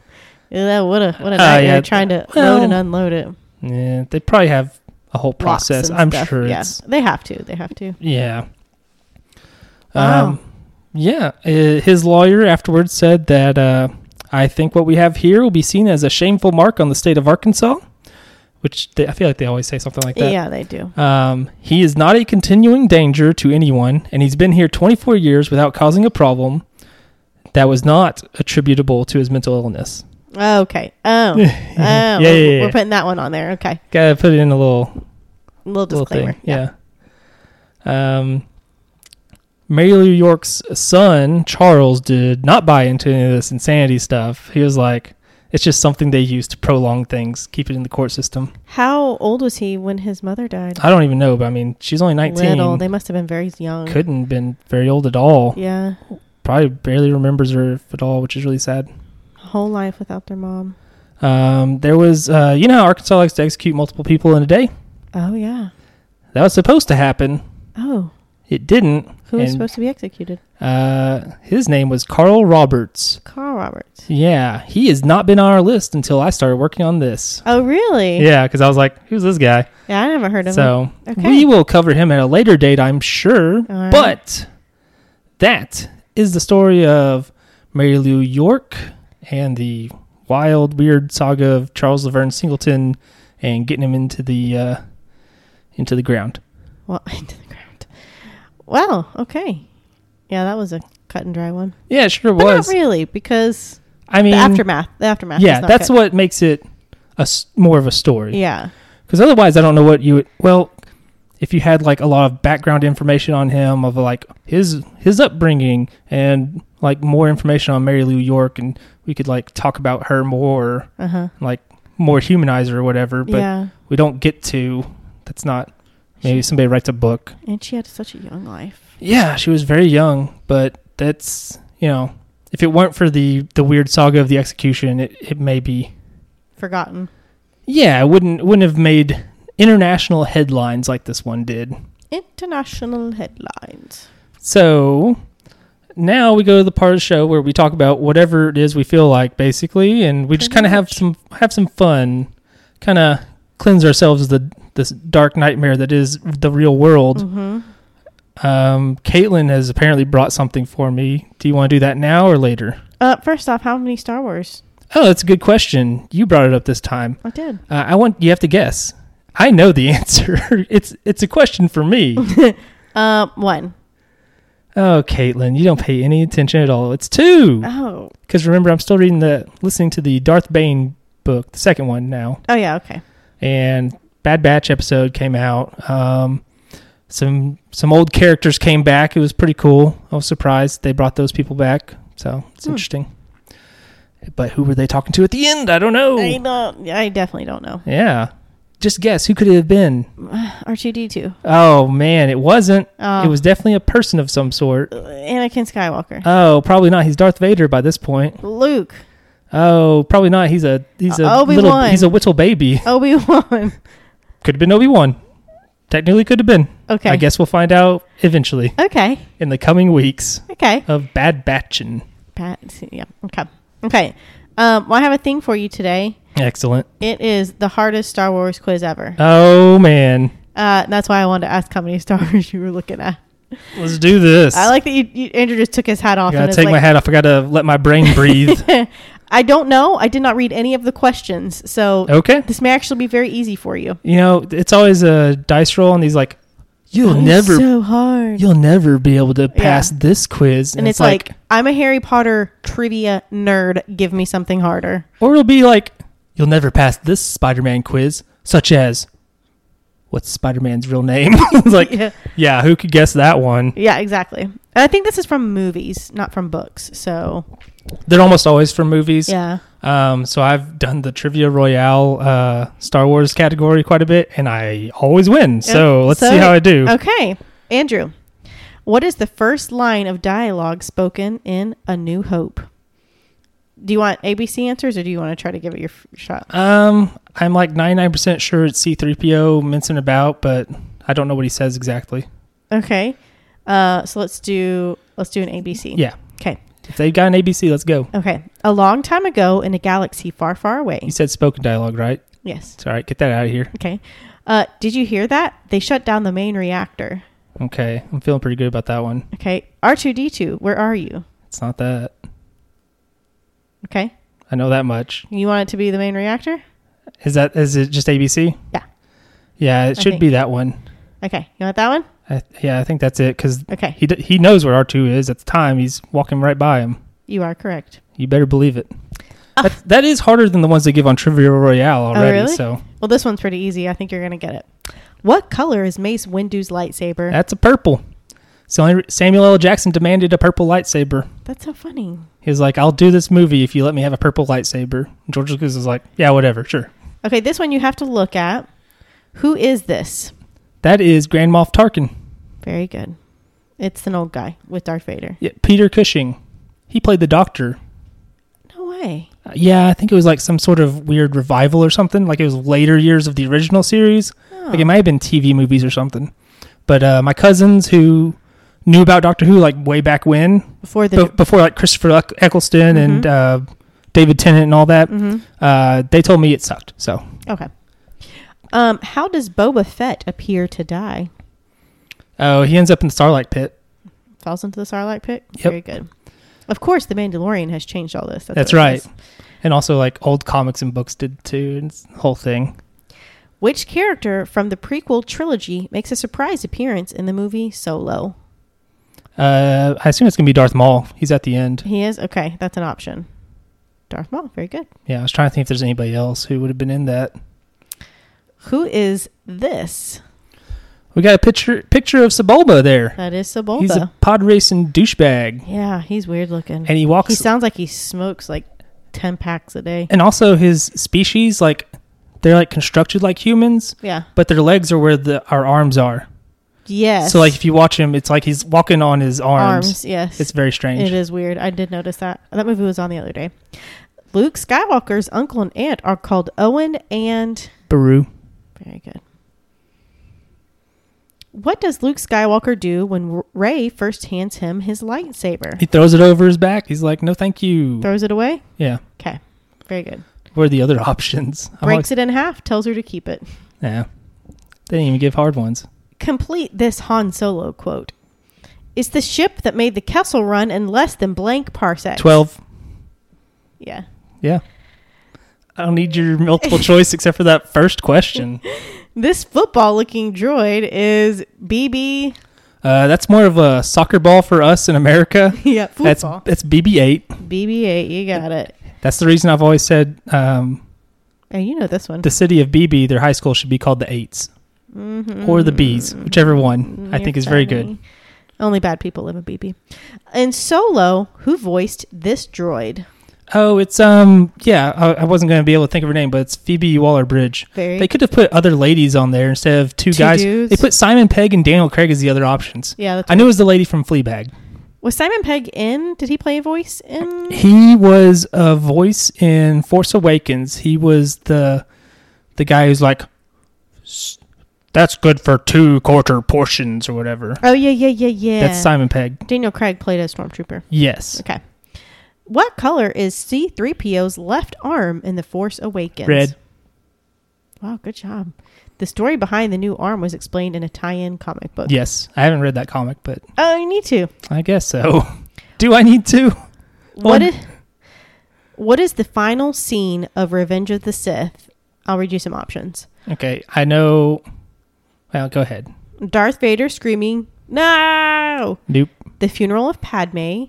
Yeah, that what a what a
Uh,
nightmare
yeah.
trying to
Well,
load and unload it. Locks
Yeah, they probably have a whole process.
and
I'm
stuff.
sure
Yeah,
it's
they have to. They have to.
yeah.
Wow.
Um, yeah. Uh, his lawyer afterwards said that uh, I think what we have here will be seen as a shameful mark on the state of Arkansas, which they, I feel like they always say something like that.
Yeah, they do.
Um, he is not a continuing danger to anyone, and he's been here 24 years without causing a problem that was not attributable to his mental illness.
Okay. Oh. oh.
yeah, yeah,
we're,
yeah.
we're putting that one on there. Okay.
Gotta put in a little,
Little
little
disclaimer.
thing. Yeah. Um, Mary Lou York's son, Charles, did not buy into any of this insanity stuff. He was like, it's just something they use to prolong things, keep it in the court system.
How old was he when his mother died?
I don't even know, but I mean, she's only 19.
Little. They must have been very young.
Couldn't have been very old at all.
Yeah.
probably barely remembers her if at all, which is really sad.
Whole life without their mom.
Um, there was, uh, you know, how Arkansas likes to execute multiple people in a day.
Oh yeah.
That was supposed to happen.
Oh.
It didn't.
Who was
And,
supposed to be executed?
Uh, his name was Carl Roberts.
Carl Roberts.
Yeah, he has not been on our list until I started working on this.
Oh really?
Yeah, because I was like, "Who's this guy?"
Yeah, I never heard of him.
So
Okay.
we will cover him at a later date, I'm sure.
All right.
But that is the story of Mary Lou York and the wild, weird saga of Charles Laverne Singleton and getting him into the uh, into the ground.
Well, into the ground. Well, okay. Yeah, that was a cut and dry one.
Yeah, it sure
But
was.
not really, because
I mean,
the aftermath. The aftermath.
yeah,
is not
that's
good.
what makes it a s- more of a story.
Yeah.
Because otherwise, I don't know what you would. Well, if you had like a lot of background information on him of like his his upbringing and like more information on Mary Lou York, and we could like talk about her more,
Uh huh.
like more humanize her or whatever. But
Yeah.
we don't get to. That's not. Maybe
She-
somebody writes a book.
and she had such a young life.
Yeah, she was very young, but that's you know, if it weren't for the the weird saga of the execution, it, it may be
Forgotten.
Yeah, it wouldn't wouldn't have made international headlines like this one did.
International headlines.
So now we go to the part of the show where we talk about whatever it is we feel like, basically, and we just
Pretty
kind of have
much.
some have some fun, kind of cleanse ourselves of the this dark nightmare that is the real world.
Mm-hmm.
Um, Caitlin has apparently brought something for me. Do you want to do that now or later?
Uh, first off, how many Star Wars?
Oh, that's a good question. You brought it up this time.
I did.
Uh, I want you have to guess. I know the answer. it's it's a question for me.
Uh, one.
Oh, Caitlin, you don't pay any attention at all. It's two.
Oh.
Because remember, I'm still reading the, listening to the Darth Bane book, the second one now,
Oh yeah. Okay.
and Bad Batch episode came out. Um, some some old characters came back. It was pretty cool. I was surprised they brought those people back. So it's
Hmm.
interesting. But who were they talking to at the end? I don't know.
I don't. I definitely don't know.
Yeah, just guess who could it have been?
R two D two.
Oh man, it wasn't.
Uh,
It was definitely a person of some sort.
Anakin Skywalker.
Oh, probably not. He's Darth Vader by this point.
Luke.
Oh, probably not. He's a he's a
Uh,
little
Obi-Wan.
he's a whittle baby.
Obi Wan.
Could have been Obi Wan. Technically, could have been.
Okay.
I guess we'll find out eventually
Okay.
in the coming weeks
Okay.
of Bad Batchin.
Pat. Yeah. Okay. Okay. Um, well, I have a thing for you today.
Excellent.
It is the hardest Star Wars quiz ever.
Oh man,
Uh, and that's why I wanted to ask how many Star Wars you were looking at.
let's do this.
I like that you, you Andrew just took his hat
I
off.
gotta
is
take my
like-
hat off. I gotta let my brain breathe.
I don't know. I did not read any of the questions, so
okay.
this may actually be very easy for you.
You know, it's always a dice roll, and he's like, "You'll
That is
never,
so hard.
you'll never be able to pass this quiz."
and, it's, like, I'm a Harry Potter trivia nerd. Give me something harder.
Or it'll be like, you'll never pass this Spider Man quiz, such as, what's Spider Man's real name? It's like, yeah.
yeah.
who could guess that one?
yeah, exactly. And I think this is from movies, not from books. So
They're almost always from movies.
yeah,
Um, so I've done the Trivia Royale uh, Star Wars category quite a bit, and I always win. So
Yeah.
let's
So-
see how I do.
okay, Andrew. What is the first line of dialogue spoken in A New Hope? Do you want ABC answers or do you want to try to give it your f- shot?
Um, I'm like 99% sure it's C3PO mincing about, but I don't know what he says exactly.
Okay. Uh, so let's do let's do an ABC.
Yeah.
Okay.
If they've got an ABC, let's go.
Okay. A long time ago in a galaxy far, far away.
You said spoken dialogue, right?
Yes.
It's all right. Get that out of here.
Okay. Uh, did you hear that? They shut down the main reactor.
Okay. I'm feeling pretty good about that one.
Okay. R2D2, where are you?
It's not that.
Okay.
I know that much.
You want it to be the main reactor?
Is that is it just ABC?
Yeah.
Yeah, it
I
should
think.
be that one.
Okay. You want that one?
I, yeah, I think that's it because
Okay.
he d- he knows where R two is at the time. He's walking right by him.
You are correct.
You better believe it. That, that is harder than the ones they give on Trivia Royale already.
Ah. Oh, really?
So
Well, this one's pretty easy. I think you're going to get it. What color is Mace Windu's lightsaber?
that's a purple. So only- Samuel L. Jackson demanded a purple lightsaber.
That's so funny.
He was like, "I'll do this movie if you let me have a purple lightsaber." And George Lucas was like, "Yeah, whatever, sure."
Okay, this one you have to look at. Who is this?
That is Grand Moff Tarkin.
Very good. It's an old guy with Darth Vader.
Yeah, Peter Cushing. He played the Doctor.
No way.
Uh, yeah, I think it was like some sort of weird revival or something. Like it was later years of the original series.
Oh.
Like it might have been TV movies or something. But uh, my cousins who knew about Doctor Who like way back when,
Before the.
be- before like Christopher Eck- Eccleston and uh,
Mm-hmm.
David Tennant and all that,
Mhm.
uh, they told me it sucked. So
Okay. Um, how does Boba Fett appear to die?
oh, he ends up in the Starlight Pit.
Falls into the Sarlacc pit.
Yep.
Very good. Of course, the Mandalorian has changed all this.
That's
what it
right.
says.
And also like old comics and books did too, and it's the whole thing.
Which character from the prequel trilogy makes a surprise appearance in the movie Solo?
Uh, I assume it's gonna be Darth Maul. He's at the end.
He is okay. That's an option. Darth Maul. Very good.
Yeah, I was trying to think if there's anybody else who would have been in that.
Who is this?
We got a picture picture of Sebulba there.
That is Sebulba.
He's a pod racing douchebag,
yeah, he's weird looking.
and he walks.
he sounds like he smokes like ten packs a day.
and also his species, like they're like constructed like humans,
Yeah.
but their legs are where the our arms are.
Yes.
So like if you watch him, it's like he's walking on his arms.
arms. Yes.
It's very strange.
It is weird. I did notice that. That movie was on the other day. Luke Skywalker's uncle and aunt are called Owen and.
Baru.
Very good. What does Luke Skywalker do when Ray first hands him his lightsaber?
He throws it over his back. He's like, "No, thank you."
Throws it away?
yeah.
Okay. Very good.
What are the other options? I'm
Breaks it in half, tells her to keep it.
Always, yeah. They didn't even give hard ones.
Complete this Han Solo quote. It's the ship that made the Kessel run in less than blank parsecs.
Twelve.
Yeah.
Yeah. I don't need your multiple choice except for that first question.
This football looking droid is BB.
Uh, that's more of a soccer ball for us in America.
Yeah,
That's
football.
that's BB-8.
BB-8, you got it.
That's the reason I've always said um,
Oh, you know this one.
the city of BB, their high school, should be called the Eights or the Bees, whichever one I
Mm-hmm. You're
think is very
funny.
good.
Only bad people live in BB. And Solo, who voiced this droid?
Oh, it's um, yeah. I, I wasn't going to be able to think of her name, but it's Phoebe Waller Bridge.
Very.
They could have put other ladies on there instead of two,
Two
guys.
dudes?
They put Simon Pegg and Daniel Craig as the other options.
yeah, that's
I knew it was the lady from Fleabag.
was Simon Pegg in? Did he play a voice in?
He was a voice in Force Awakens. He was the the guy who's like, "S- that's good for two quarter portions or whatever.
Oh yeah, yeah, yeah, yeah.
That's Simon Pegg.
Daniel Craig played a stormtrooper.
Yes,
Okay. What color is C-3PO's left arm in The Force Awakens?
red.
Wow, good job. The story behind the new arm was explained in a tie-in comic book.
Yes, I haven't read that comic, but
Oh, you need to.
I guess so. Do I need to?
What
Well,
is, what is the final scene of Revenge of the Sith? I'll read you some options.
Okay, I know. Well, go ahead.
Darth Vader screaming, No!
Nope,
The funeral of Padme.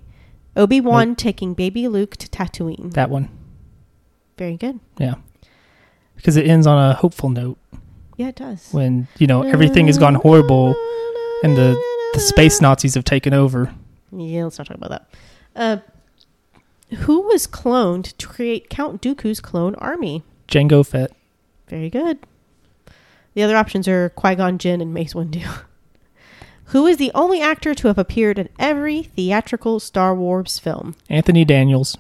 Obi Wan taking baby Luke to Tatooine.
that one.
Very good.
Yeah, because it ends on a hopeful note
Yeah, it does.
when you know everything has gone horrible and the the space Nazis have taken over.
Yeah, let's not talk about that. Uh, who was cloned to create Count Dooku's clone army?
Django Fett.
Very good. The other options are Qui Gon Jinn and Mace Windu. who is the only actor to have appeared in every theatrical Star Wars film.
Anthony Daniels.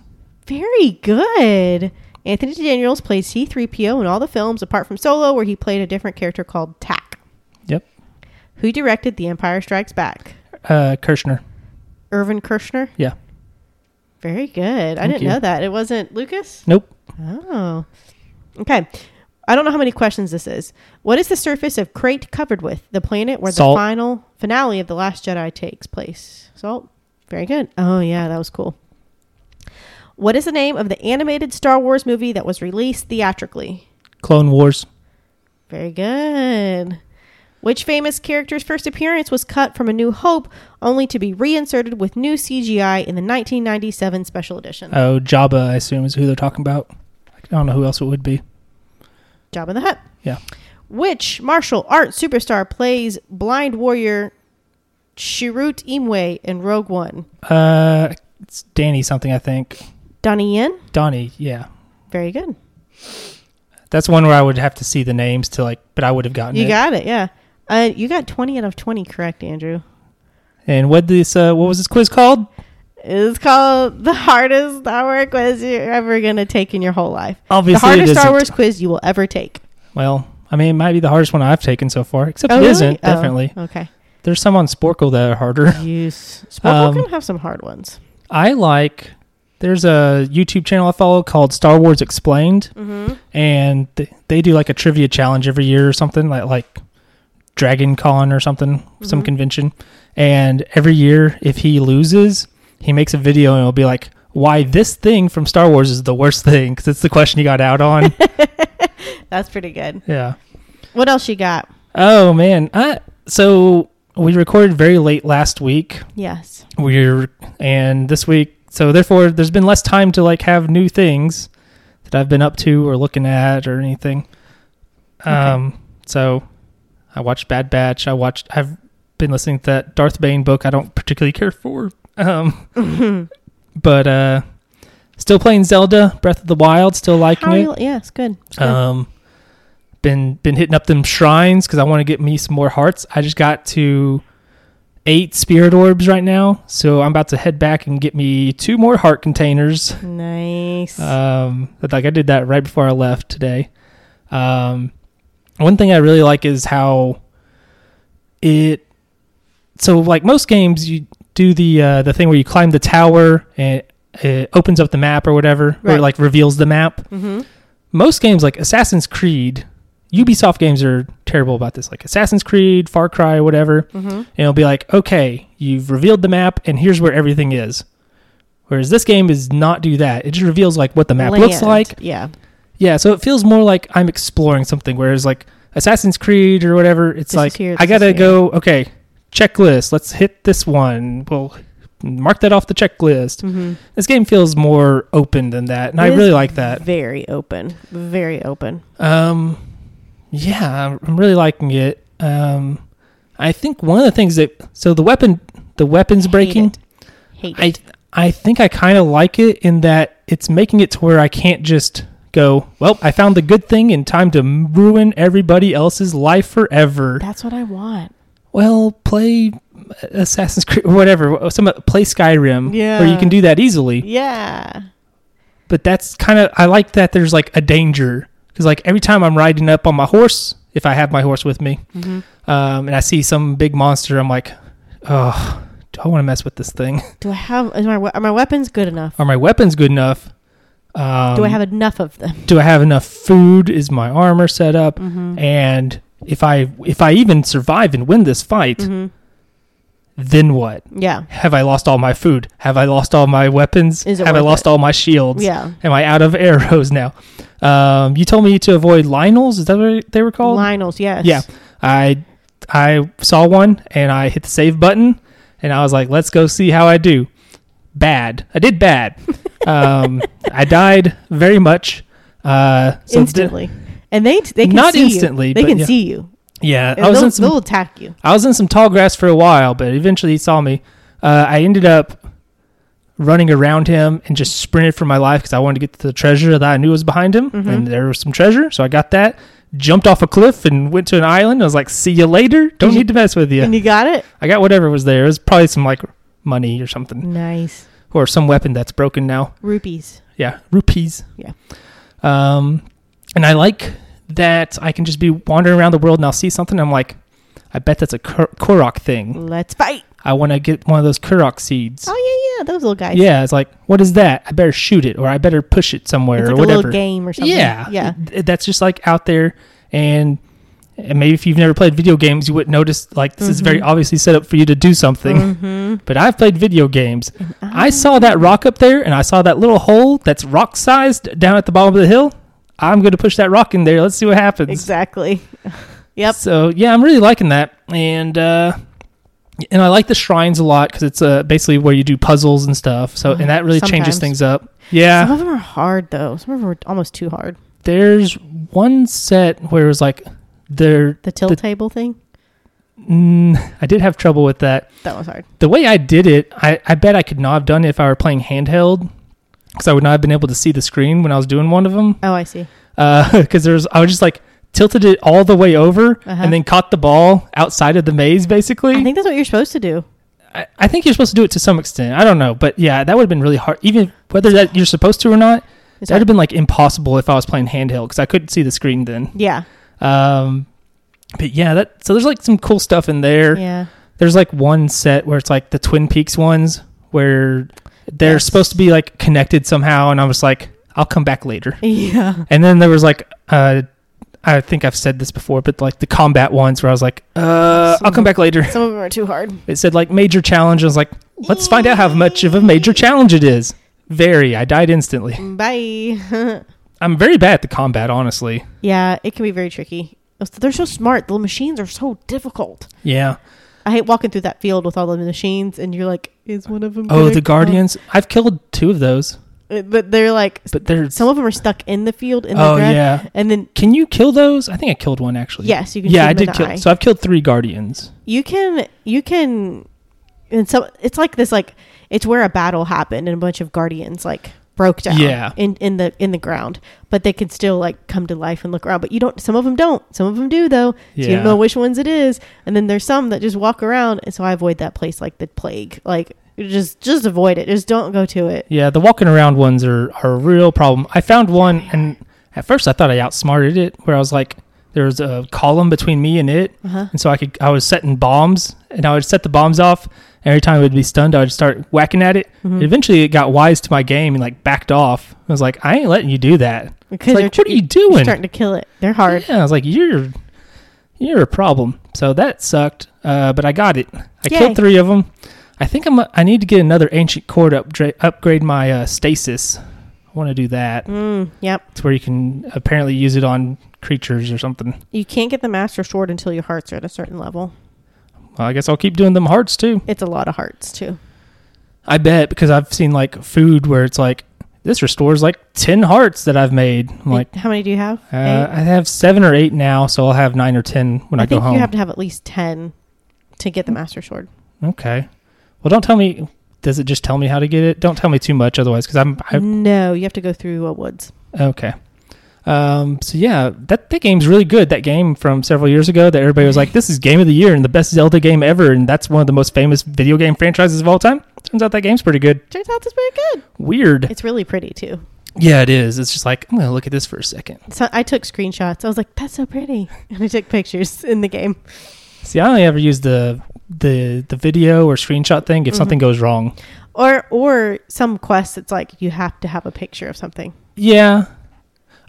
Very good. Anthony Daniels played C3PO in all the films apart from Solo, where he played a different character called Tack.
Yep.
Who directed The Empire Strikes Back?
Uh, Kirshner.
Irvin Kershner?
Yeah.
Very good. I
Thank
didn't
you.
know that. It wasn't Lucas?
Nope.
Oh. Okay. I don't know how many questions this is. What is the surface of Crate covered with? The planet where
Salt.
the final finale of The Last Jedi takes place. Salt. Very good. Oh, yeah, that was cool. What is the name of the animated Star Wars movie that was released theatrically?
Clone Wars.
Very good. Which famous character's first appearance was cut from A New Hope only to be reinserted with new CGI in the 1997 special edition?
Oh, Jabba, I assume, is who they're talking about. I don't know who else it would be.
Jabba the Hutt.
Yeah.
Which martial art superstar plays blind warrior Shirut Imwe in Rogue One?
Uh, it's Danny something, I think.
Donnie Yen.
Donnie, yeah.
Very good.
That's one where I would have to see the names to like, but I would have gotten
You
it.
got it. Yeah. Uh, you got 20 out of 20 correct, Andrew.
and what this, uh, what was this quiz called?
It's called the hardest Star Wars quiz you're ever going to take in your whole life.
Obviously,
the hardest
it
Star
isn't.
Wars quiz you will ever take.
Well, I mean, it might be the hardest one I've taken so far, except it
really?
not
Oh,
definitely.
okay.
There's some on Sporkle that are harder.
Use. Sporkle
Um,
can have some hard ones.
I like. There's a YouTube channel I follow called Star Wars Explained,
Mm-hmm.
and th- they do like a trivia challenge every year or something, like like Dragon Con or something, some
Mhm.
convention. And every year, if he loses, he makes a video and it'll be like, "Why this thing from Star Wars is the worst thing?" Because it's the question he got out on.
That's pretty good.
yeah.
What else you got?
Oh man. I, so we recorded very late last week.
Yes.
we're and this week so therefore there's been less time to like have new things that i've been up to or looking at or anything um so i watched bad batch i watched i've been listening to that darth bane book i don't particularly care for um but uh still playing zelda breath of the wild still liking
How are
it
you, yeah, it's good. It's good.
um, been been hitting up them shrines because I want to get me some more hearts. I just got to eight spirit orbs right now, so I'm about to head back and get me two more heart containers.
Nice.
Um, but like I did that right before I left today. Um, one thing I really like is how it. So like most games, you do the uh, the thing where you climb the tower and it opens up the map or whatever, or
Right.
like reveals the map
mm-hmm.
most games like Assassin's Creed, Ubisoft games are terrible about this. Like Assassin's Creed, Far Cry, whatever.
Mm-hmm.
And it'll be like, okay, you've revealed the map, and here's where everything is. Whereas this game is not do that. It just reveals like what the map looks like.
Yeah.
Yeah, so it feels more like I'm exploring something. Whereas like Assassin's Creed or whatever,
This
it's
is
like
here,
I
this is
gotta
here.
go. Okay, checklist. Let's hit this one. Well, mark that off the checklist.
Mm-hmm.
This game feels more open than that, and I really like that.
Very open. Very open.
Um, yeah, I'm- I'm really liking it. Um, I think one of the things that so the weapon the weapons
Hate
breaking.
it. Hate
I
it.
I think I kind of like it in that it's making it to where I can't just go. Well, I found the good thing in time to m- ruin everybody else's life forever.
That's what I want.
Well, play Assassin's Creed, or whatever. Some play Skyrim, where you
Yeah.
can do that easily
Yeah.
but that's kind of I like that there's like a danger because like every time I'm riding up on my horse, if I have my horse with me,
Mhm.
um, and I see some big monster, I'm like, oh, do I want to mess with this thing?
Do I have is my we- are my weapons good enough?
Are my weapons good enough? Um,
Do I have enough of them?
do I have enough food? Is my armor set up?
Mm-hmm.
And if I if I even survive and win this fight,
Mm-hmm.
then what?
Yeah.
Have I lost all my food? Have I lost all my weapons?
Is it
have I
worth
lost all my shields?
Yeah.
Am I out of arrows now? Um, you told me to avoid Lionels. Is that what they were called?
Lionels. Yes.
Yeah. I I saw one and I hit the save button and I was like, let's go see how I do. Bad. I did bad. um, I died very much. Uh, so the-
instantly. and they they can
Not
see
instantly,
You. They
but
can
yeah.
see you.
yeah,
And
I was
they'll,
in some
they'll attack you.
I was in some tall grass for a while, but eventually he saw me. Uh, I ended up running around him and just sprinted for my life because I wanted to get to the treasure that I knew was behind him,
Mhm.
and there was some treasure, so I got that. jumped off a cliff and went to an island. I was like, see you later. Don't
you-
need to mess with you.
And you got it?
I got whatever was there. It was probably some like money or something,
Nice.
or some weapon that's broken now.
Rupees.
Yeah, rupees.
Yeah.
Um, and I like that I can just be wandering around the world and I'll see something. I'm like, I bet that's a Kur- Kurok thing.
Let's fight.
I want to get one of those Kurok seeds.
Oh, yeah, yeah. Those little guys.
yeah, it's like, what is that? I better shoot it or I better push it somewhere
It's
or
like a
whatever.
little game or something.
Yeah,
Yeah.
Th- That's just like out there, and, and maybe if you've never played video games, you wouldn't notice. Like this is
Mm-hmm.
very obviously set up for you to do something. But I've played video games. I saw that rock up there, and I saw that little hole that's rock sized down at the bottom of the hill. I'm going to push that rock in there. Let's see what happens.
Exactly. Yep.
So yeah, I'm really liking that, and uh, and I like the shrines a lot because it's uh, basically where you do puzzles and stuff. So and that really changes
Sometimes.
things up. Yeah,
Some of them are hard, though. Some of them are almost too hard.
there's one set where it was like there
The tilt
The-
table thing?
mm, i did have trouble with that
That was hard.
the way i did it i, I bet i could not have done it if i were playing handheld because i would not have been able to see the screen when i was doing one of them
Oh, I see.
because there was Uh, i was just like tilted it all the way over
Uh-huh.
and then caught the ball outside of the maze basically
I think that's what you're supposed to do.
I, I think you're supposed to do it to some extent i don't know but yeah that would have been really hard even whether that you're supposed to or not
It's
that would have
hard.
been like impossible if i was playing handheld because i couldn't see the screen then
Yeah.
Um, but yeah, that so there's like some cool stuff in there.
Yeah.
There's like one set where it's like the Twin Peaks ones where they're
Yes.
supposed to be like connected somehow, and I was like, I'll come back later.
Yeah.
And then there was like, uh, I think I've said this before, but like the combat ones where I was like, uh, I'll come back later.
Some of them are too hard.
It said like major challenge. I was like, let's find out how much of a major challenge it is. Very. I died instantly.
Bye.
I'm very bad at the combat, honestly.
yeah, it can be very tricky. They're so smart. The machines are so difficult.
Yeah.
I hate walking through that field with all the machines, and you're like, is one of them?
Oh,
gonna
the
come?
Guardians. I've killed two of those,
Uh, But they're like,
but they're
some of them are stuck in the field in
Oh
the grass,
yeah.
and then
Can you kill those? I think I killed one actually.
yes, you can.
Yeah,
shoot
I
them in
did
the
kill.
eye.
So I've killed three guardians.
you can, you can, and so it's like this, like it's where a battle happened, and a bunch of guardians like broke down,
Yeah.
in in the in the ground, but they can still like come to life and look around. But you don't. Some of them don't. Some of them do though. So you
Yeah.
don't know which ones it is, and then there's some that just walk around, and so I avoid that place like the plague. Like just just avoid it. Just don't go to it.
Yeah, the walking around ones are, are a real problem. I found one, and at first I thought I outsmarted it, where I was like, there was a column between me and it,
Uh-huh.
and so I could I was setting bombs, and I would set the bombs off. And every time it would be stunned, I would start whacking at it.
Mm-hmm.
And Eventually, it got wise to my game and like backed off. I was like, I ain't letting you do that.
Because
like,
they're
what are you doing?
You're starting to kill it. They're hard.
Yeah, I was like, you're you're a problem. So that sucked, uh, but I got it. I
Yay.
killed three of them. I think I'm. I need to get another ancient cord updra- upgrade my uh, stasis. I want to do that.
Mm, yep.
It's where you can apparently use it on creatures or something.
You can't get the master sword until your hearts are at a certain level.
Well, I guess I'll keep doing them hearts too.
It's a lot of hearts too.
I bet because I've seen like food where it's like this restores like ten hearts that I've made. I'm like.
how many do you have?
Uh,
Eight?
I have seven or eight now, so I'll have nine or ten when I,
I
go
think
home. Mm.
you have to have at least ten to get the master sword.
Okay. Well, don't tell me. Does it just tell me how to get it? Don't tell me too much, otherwise, because I'm I,
no, you have to go through a woods.
okay. Um. So yeah, that that game's really good. That game from several years ago that everybody was like, "This is game of the year and the best Zelda game ever," and that's one of the most famous video game franchises of all time. Turns out that game's pretty good.
Turns out it's pretty good.
Weird.
It's really pretty too.
Yeah, it is. It's just like I'm gonna look at this for a second.
So I took screenshots. I was like, "That's so pretty," and I took pictures in the game.
See, I only ever use the the the video or screenshot thing if
Mm-hmm.
something goes wrong.
Or or some quests. It's like you have to have a picture of something.
Yeah.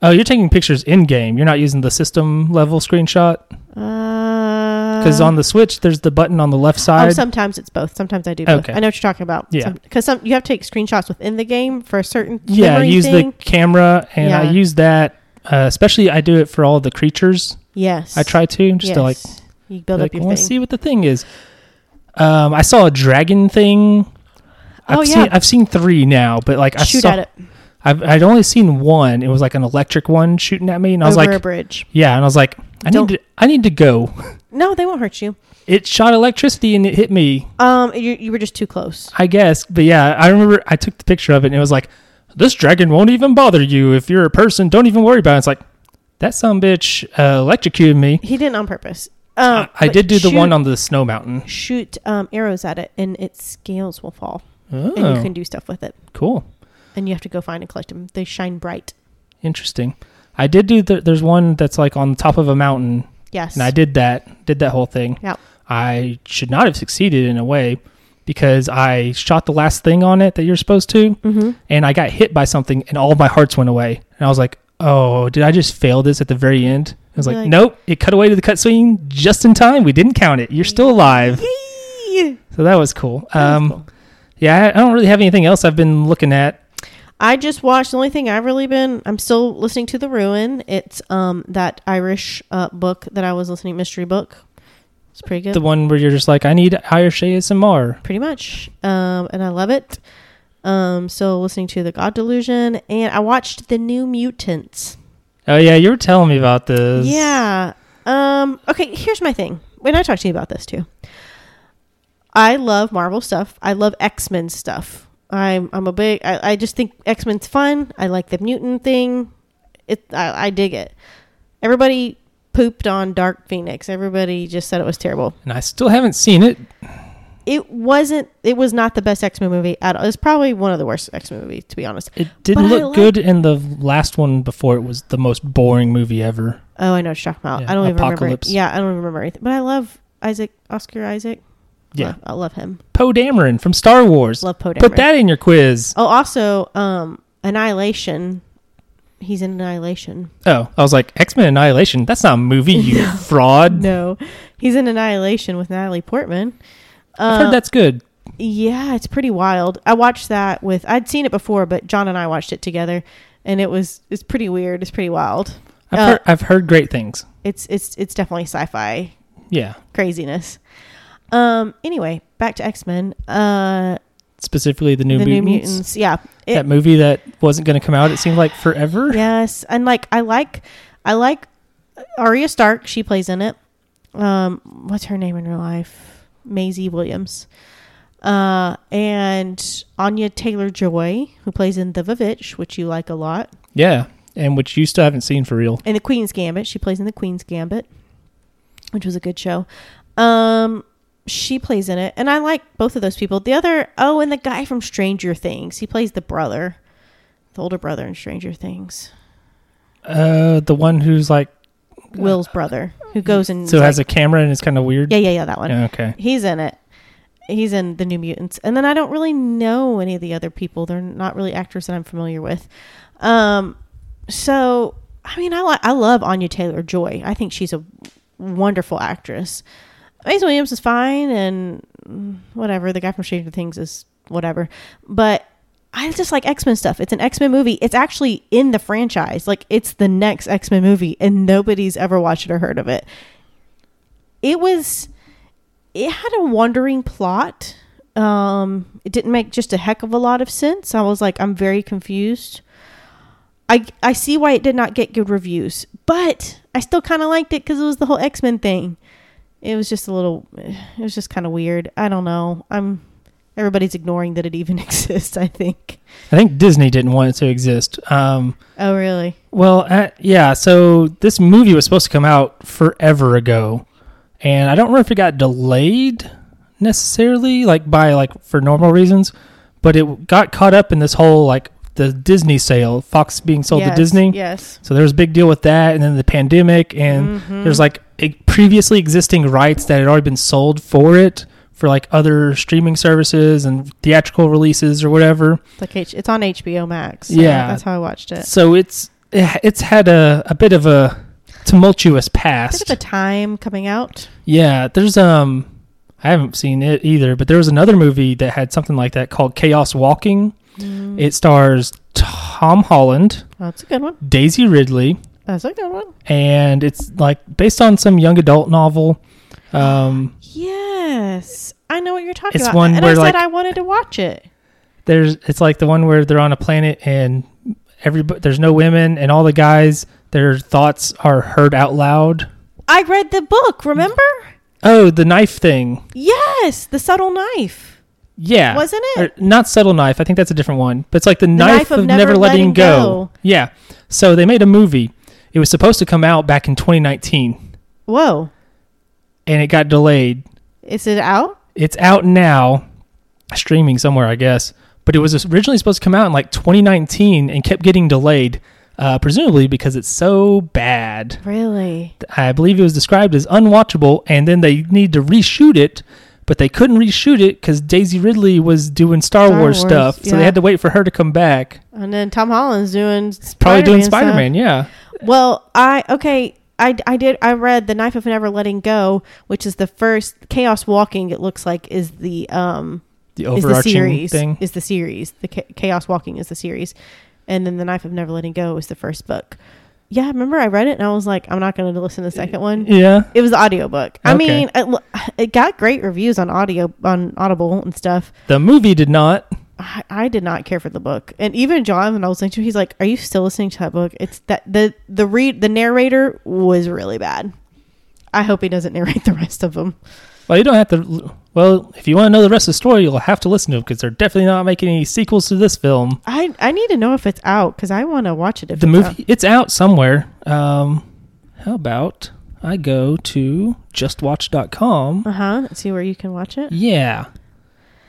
Oh, you're taking pictures in game. You're not using the system level screenshot.
Because
because on the Switch there's the button on the left side.
Uh, Oh, sometimes it's both. Sometimes I do both.
Okay.
I know what you're talking about.
Yeah.
Because some, you have to take screenshots within the game for a certain
yeah,
memory
use
thing.
the camera, and I
Yeah.
use that. Uh, especially, I do it for all the creatures.
yes.
I try to just to like,
you build
like
up your
want
thing.
to see what the thing is. Um, I saw a dragon thing. I've
Oh, yeah.
seen, I've seen three now, but like I
Shoot
saw,
at it
I've I'd only seen one. It was like an electric one shooting at me, and I was
over a
like,
bridge.
yeah, and I was like, I
Don't-
need to, I need to go.
No, they won't hurt you.
It shot electricity and it hit me.
Um, you, you were just too close.
I guess, but yeah, I remember I took the picture of it and it was like, this dragon won't even bother you if you're a person. Don't even worry about it. It's like, That some bitch uh, electrocuted me.
He didn't on purpose. Um,
I, I
but
did do the
shoot-
one on the snow mountain.
shoot um, arrows at it, and its scales will fall, and
Oh,
you can do stuff with it.
cool.
And you have to go find and collect them. They shine bright.
Interesting. I did do the, there's one that's like on the top of a mountain,
Yes.
and I did that. Did that whole thing.
Yep.
I should not have succeeded in a way because I shot the last thing on it that you're supposed to,
hmm
and I got hit by something, and all of my hearts went away, and I was like, "Oh, did I just fail this at the very end?" I was
You're
like,
like-
"Nope, it cut away to the cutscene just in time. We didn't count it. You're still alive."
Yay!
So that was cool.
That
um,
was cool.
Yeah, I- I don't really have anything else I've been looking at.
I just watched the only thing I've really been I'm still listening to The Ruin. It's um that Irish uh, book that I was listening mystery book. It's pretty good.
The one where you're just like, I need Irish ASMR.
pretty much. Um and I love it. Um so listening to The God Delusion and I watched The New Mutants.
Oh yeah, you were telling me about this.
Yeah. Um okay, here's my thing. When I talked to you about this too. I love Marvel stuff. I love X-Men stuff. I'm I'm a big I, I just think X-Men's fun. I like the mutant thing. It I, I dig it. Everybody pooped on Dark Phoenix. Everybody just said it was terrible.
and I still haven't seen it.
It wasn't it was not the best X-Men movie at all. It's probably one of the worst X-Men movies to be honest.
It didn't
But I
look
like-
good, and the last one before it was the most boring movie ever.
Oh, I know what you're talking about.
Yeah,
I don't even
Apocalypse.
remember. Yeah, I don't remember anything. But I love Isaac Oscar Isaac.
Yeah,
Love- I love him.
Poe Dameron from Star Wars.
Love Poe
Put
Dameron.
that in your quiz.
Oh, also, um, Annihilation. He's in Annihilation.
Oh, I was like X Men Annihilation. That's not a movie, you fraud.
No, he's in Annihilation with Natalie Portman.
I've heard
Uh,
that's good.
yeah, it's pretty wild. I watched that with I'd seen it before, but John and I watched it together, and it was it's pretty weird. It's pretty wild.
I've,
uh,
heard, I've heard great things.
It's it's it's definitely sci-fi
Yeah,
craziness. Um. Anyway, back to X Men. Uh,
specifically the New
the New
Mutants.
Mutants. Yeah. It-
that movie that wasn't going to come out. It seemed like forever.
Yes, and like I like, I like Arya Stark. She plays in it. Um, what's her name in real life? Maisie Williams. Uh, and Anya Taylor Joy, who plays in The Vivitch, which you like a lot,
Yeah, and which you still haven't seen for real.
and The Queen's Gambit. She plays in The Queen's Gambit, which was a good show. Um, she plays in it, and I like both of those people. The other, oh, and the guy from Stranger Things. He plays the brother, the older brother in Stranger Things.
Uh, the one who's like
Will's brother, who goes and
so
is
has a camera and is kind of weird.
Yeah, yeah, yeah, that one.
Yeah, okay.
He's in it. He's in the New Mutants, and then I don't really know any of the other people. They're not really actors that I'm familiar with. Um, so I mean, I like I love Anya Taylor Joy. I think she's a wonderful actress. Maisie Williams is fine, and mm, whatever the guy from Stranger Things is whatever, but. I just like X Men stuff. It's an X Men movie. It's actually in the franchise. Like, it's the next X Men movie, and nobody's ever watched it or heard of it it was it had a wandering plot um it didn't make just a heck of a lot of sense i was like i'm very confused i i see why it did not get good reviews but i still kind of liked it because it was the whole x-men thing it was just a little it was just kind of weird i don't know i'm everybody's ignoring that it even exists i think
I think Disney didn't want it to exist. Um,
oh really
well, uh, yeah. So this movie was supposed to come out forever ago, and I don't know if it got delayed necessarily, like by like for normal reasons, but it got caught up in this whole like the Disney sale, Fox being sold to
Yes,
Disney.
yes
So there was a big deal with that, and then the pandemic, and
Mhm.
there's like e- previously existing rights that had already been sold for it for like other streaming services and theatrical releases or whatever.
it's like H- it's on hbo max so
Yeah.
that's how i watched it
So it's it- it's had a, a bit of a tumultuous
bit
past.
of a time coming out
yeah, there's um I haven't seen it either, but there was another movie that had something like that called Chaos Walking.
Mm.
It stars Tom Holland,
that's a good one
Daisy Ridley,
That's a good one.
and it's like based on some young adult novel. Um,
Yes, I know what you're talking
It's
about.
one
and I
where,
said
like-
I wanted to watch it.
there's it's like the one where they're on a planet and everybody there's no women and all the guys their thoughts are heard out loud.
I read the book. Remember?
Oh, the knife thing.
Yes, the subtle knife.
Yeah, Er,
Wasn't it?
Or, not subtle knife. I think that's a different one. But it's like the, knife, of, never, letting, go. Yeah. So they made a movie. It was supposed to come out back in 2019,
Whoa.
and it got delayed.
Is it out?
It's out now, streaming somewhere, I guess. But it was originally supposed to come out in like 2019 and kept getting delayed, uh, presumably because it's so bad.
Really?
I believe it was described as unwatchable, and then they need to reshoot it, but they couldn't reshoot it because Daisy Ridley was doing Star,
Star
Wars,
Wars,
stuff, so they
yeah.
had to wait for her to come back.
And then Tom Holland's doing
Probably doing
stuff.
Spider Man, yeah.
Well, I okay. I, I did I read the knife of never letting go, which is the first chaos walking. It looks like is the um
The
is the
overarching
series
thing.
is the series. The Cha- chaos walking is the series, and then the knife of never letting go is the first book. Yeah, I remember I read it and I was like, I'm not going to listen to the second one.
yeah.
It was the audiobook. I
Okay.
mean, it, l- it got great reviews on audio on Audible and stuff.
The movie did not.
I, I did not care for the book, and even John, when I was listening to, it, he's like, "Are you still listening to that book?" It's that the the read the narrator was really bad. I hope he doesn't narrate the rest of them.
Well, you don't have to. Well, if you want to know the rest of the story, you'll have to listen to them because they're definitely not making any sequels to this film.
I I need to know if it's out because I want to watch it. If
the
it's
movie,
out.
it's out somewhere. Um, how about I go to justwatch.com?
uh huh. See where you can watch it.
Yeah.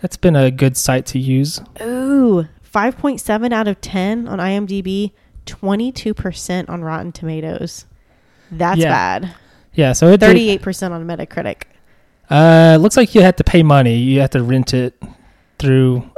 That's been a good site to use.
Ooh, five point seven out of ten on IMDb, twenty two percent on Rotten Tomatoes. That's
Yeah.
bad.
Yeah, so it
Thirty eight percent on Metacritic.
uh looks like you had to pay money. You have to rent it through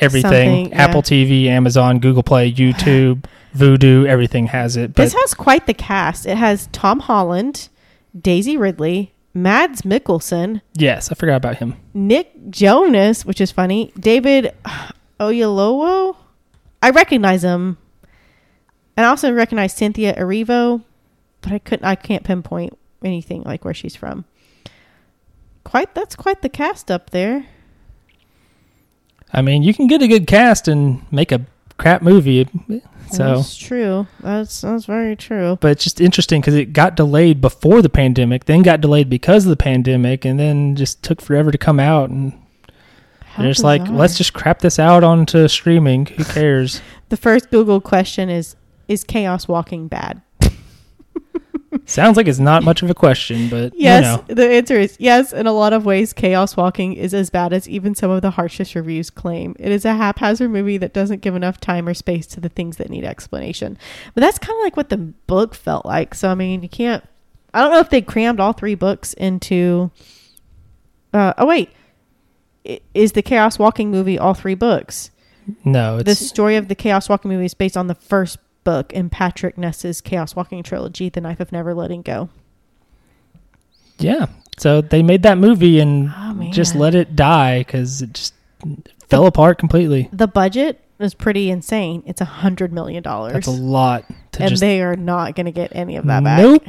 everything.
Something, yeah.
Apple TV, Amazon, Google Play, YouTube, Voodoo, everything has it. But
this has quite the cast. It has Tom Holland, Daisy Ridley, Mads Mikkelsen,
yes, I forgot about him.
Nick Jonas, which is funny, David Oyelowo. I recognize him. And I also recognize Cynthia Erivo, but I couldn't I can't pinpoint anything like where she's from. Quite that's quite the cast up there.
I mean, you can get a good cast and make a crap movie. So,
that's true. That's that's very true.
but it's just interesting cuz it got delayed before the pandemic, then got delayed because of the pandemic and then just took forever to come out and
How
they're just like,
bizarre.
let's just crap this out onto streaming. Who cares?
The first Google question is is chaos walking bad?
Sounds like it's not much of a question, but
Yes,
you know,
the answer is yes. In a lot of ways, Chaos Walking is as bad as even some of the harshest reviews claim. It is a haphazard movie that doesn't give enough time or space to the things that need explanation. But that's kind of like what the book felt like. So, I mean, you can't. I don't know if they crammed all three books into. Uh, oh, wait. I- Is the Chaos Walking movie all three books?
no,
the
it's
story of the Chaos Walking movie is based on the first book in Patrick Ness's Chaos Walking trilogy, The Knife of Never Letting Go.
yeah. So they made that movie and
Oh,
just
man.
let it die because it just fell apart completely.
the budget is pretty insane. It's a hundred million dollars,
That's a lot to
and
just
they are not going to get any of that back.
nope.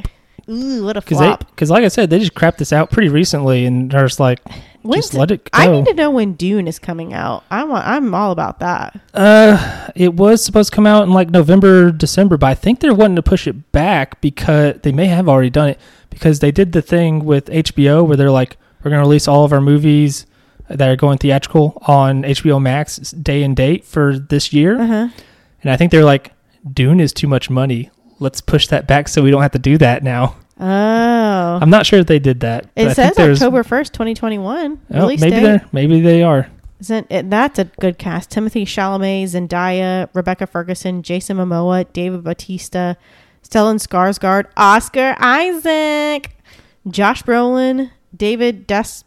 Ooh, what a flop!
Because like I said, they just crapped this out pretty recently, and they're just like,
When's
just let it
I
go.
need to know when Dune is coming out. I'm I'm all about that.
uh, it was supposed to come out in like November, December, but I think they're wanting to push it back because they may have already done it because they did the thing with HBO where they're like, we're going to release all of our movies that are going theatrical on HBO Max day and date for this year.
Uh-huh.
And I think they're like, Dune is too much money. Let's push that back so we don't have to do that now.
Oh,
I'm not sure if they did that. but I
it says
think there's-
October first, 2021.
Oh,
release
maybe
date.
they're maybe they are.
Isn't it, that's a good cast. Timothy Chalamet, Zendaya, Rebecca Ferguson, Jason Momoa, David Batista, Stellan Skarsgård, Oscar Isaac, Josh Brolin, David Des-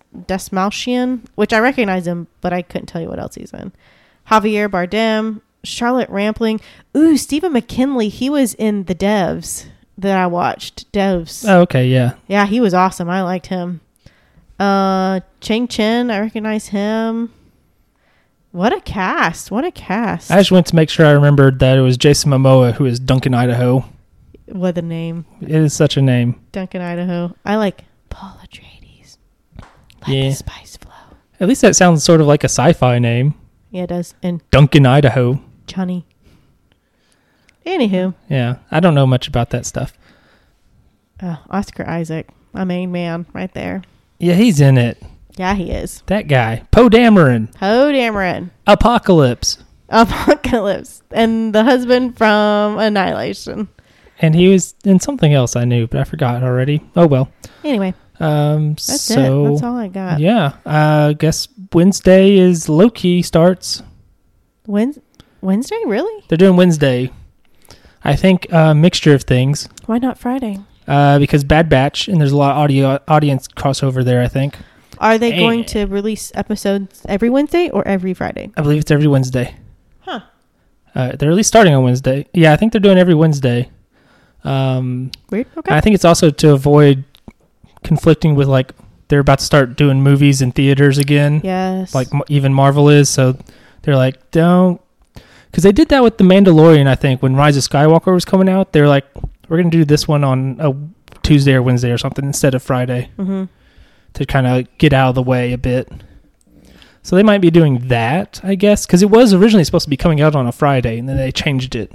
Desmalchian, which I recognize him, but I couldn't tell you what else he's in. Javier Bardem, Charlotte Rampling. Ooh, Stephen McKinley. He was in The Devs that I watched. Devs.
Oh, okay, yeah.
Yeah, he was awesome. I liked him. Uh Chang Chen, I recognize him. What a cast. What a cast.
I just went to make sure I remembered that it was Jason Momoa who is Duncan Idaho.
what a name.
It is such a name.
Duncan Idaho. I like Paul Atreides. Let
Yeah.
the spice flow.
At least that sounds sort of like a sci-fi name,
Yeah, it does. And
Duncan Idaho.
Johnny. Anywho,
Yeah, I don't know much about that stuff.
uh, Oscar Isaac, my main man right there.
Yeah, he's in it.
Yeah, he is.
That guy, Poe Dameron,
Ho Dameron.
Apocalypse,
Apocalypse. And the husband from Annihilation.
and he was in something else I knew, but I forgot already. Oh well.
Anyway,
Um,
that's
so
it. That's all I got.
yeah, I guess Wednesday is Loki starts.
Wednes- Wednesday, really?
They're doing Wednesday. I think a mixture of things
Why not Friday?
uh, because Bad Batch and there's a lot of audio audience crossover there. I think
Are they
Eh.
going to release episodes every Wednesday or every Friday?
I believe it's every Wednesday.
Huh.
Uh, they're at least starting on Wednesday. Yeah, I think they're doing every Wednesday. Um,
Weird. Okay.
I think it's also to avoid conflicting with like they're about to start doing movies in theaters again,
yes.
like m- even Marvel is. So they're like, don't, because they did that with the Mandalorian. I think when Rise of Skywalker was coming out, they're like, we're gonna do this one on a Tuesday or Wednesday or something instead of Friday
Mhm.
to kind of get out of the way a bit. So they might be doing that, I guess, because it was originally supposed to be coming out on a Friday, and then they changed it.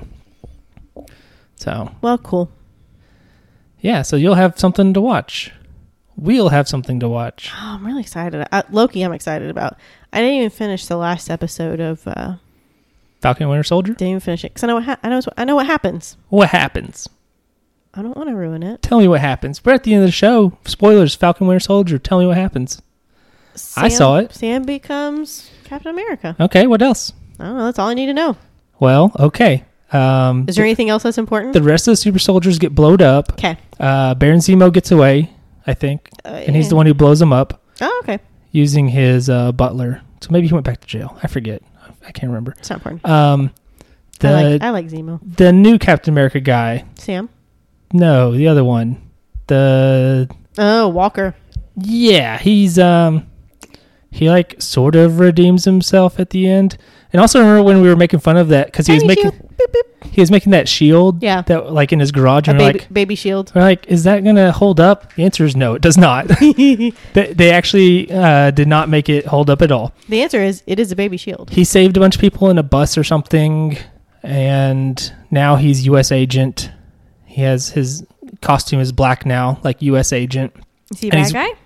So
Well, cool.
yeah, so you'll have something to watch. We'll have something to watch.
Oh, I'm really excited. Uh, Loki, I'm excited about. I didn't even finish the last episode of. Uh,
Falcon Winter Soldier.
didn't even finish it because I know what ha- I know. it's- I know what happens.
What happens?
I don't want to ruin it.
Tell me what happens. We're at the end of the show. Spoilers: Falcon Winter Soldier. Tell me what happens. I
Sam-
saw it.
Sam becomes Captain America.
Okay, what else?
I don't know. That's all I need to know.
Well, okay. Um,
Is there anything else that's important?
the rest of the super soldiers get blowed up.
okay.
Uh, Baron Zemo gets away, I think,
Uh,
and he's the one who blows them up
Oh, okay.
using his uh, butler. So maybe he went back to jail. I forget. I can't remember.
It's not important.
Um, the
I like I like Zemo.
the new Captain America guy.
Sam.
No, the other one. The
Oh, Walker.
yeah, he's um he like sort of redeems himself at the end. And also remember when we were making fun of that because he was
Tiny
making
shield. Boop, boop.
he was making that shield
Yeah.
that like in his garage
A
and we're
baby,
like
baby shield.
we're like is that gonna hold up? The answer is no, it does not. they, they actually uh, did not make it hold up at all.
The answer is it is a baby shield.
He saved a bunch of people in a bus or something, and now he's U.S. agent. He has his costume is black now, like U.S. agent.
Is he a
And
bad
he's-
guy?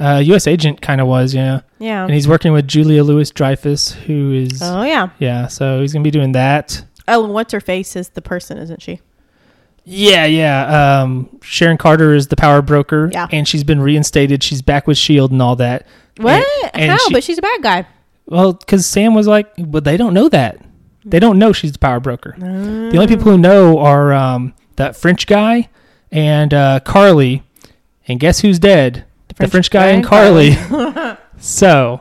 Uh, U.S. agent kind of was, yeah.
Yeah.
And he's working with Julia Louis Dreyfus, who is
Oh yeah.
yeah. So he's gonna be doing that.
Oh, and what's her face is the person, isn't she?
Yeah, yeah. Um, Sharon Carter is the power broker,
Yeah.
and she's been reinstated. She's back with Shield E and all that.
What?
and
How?
she-
but she's a bad guy.
Well, because Sam was like, but they don't know that. They don't know she's the power broker. The only people who know are um, that French guy and uh, Carly. And guess who's dead? The French, guy, and Carly. so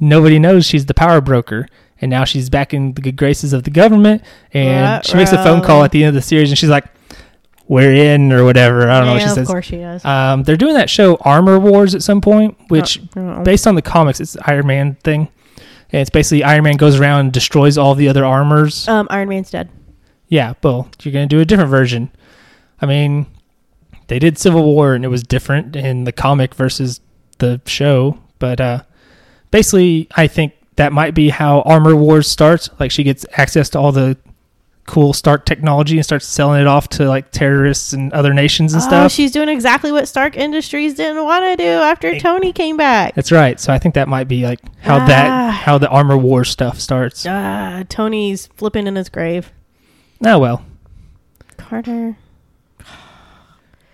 nobody knows she's the power broker. And now she's back in the good graces of the government. And
Ruh-roh.
she makes a phone call at the end of the series and she's like, we're in or whatever. I don't know what
Oh. yeah,
she
Of
says.
course she does.
Um, they're doing that show Armor Wars at some point, which
Oh.
based on the comics, it's the Iron Man thing. And it's basically Iron Man goes around and destroys all the other armors.
Um, Iron Man's dead.
yeah, well, you're going to do a different version. I mean, they did Civil War and it was different in the comic versus the show. But uh, basically, I think that might be how Armor Wars starts. Like, she gets access to all the cool Stark technology and starts selling it off to like terrorists and other nations and
Oh,
stuff.
she's doing exactly what Stark Industries didn't want to do after
Hey.
Tony came back.
That's right. So I think that might be like how
Ah.
that how the Armor War stuff starts.
Ah, Tony's flipping in his grave.
Oh well.
Carter,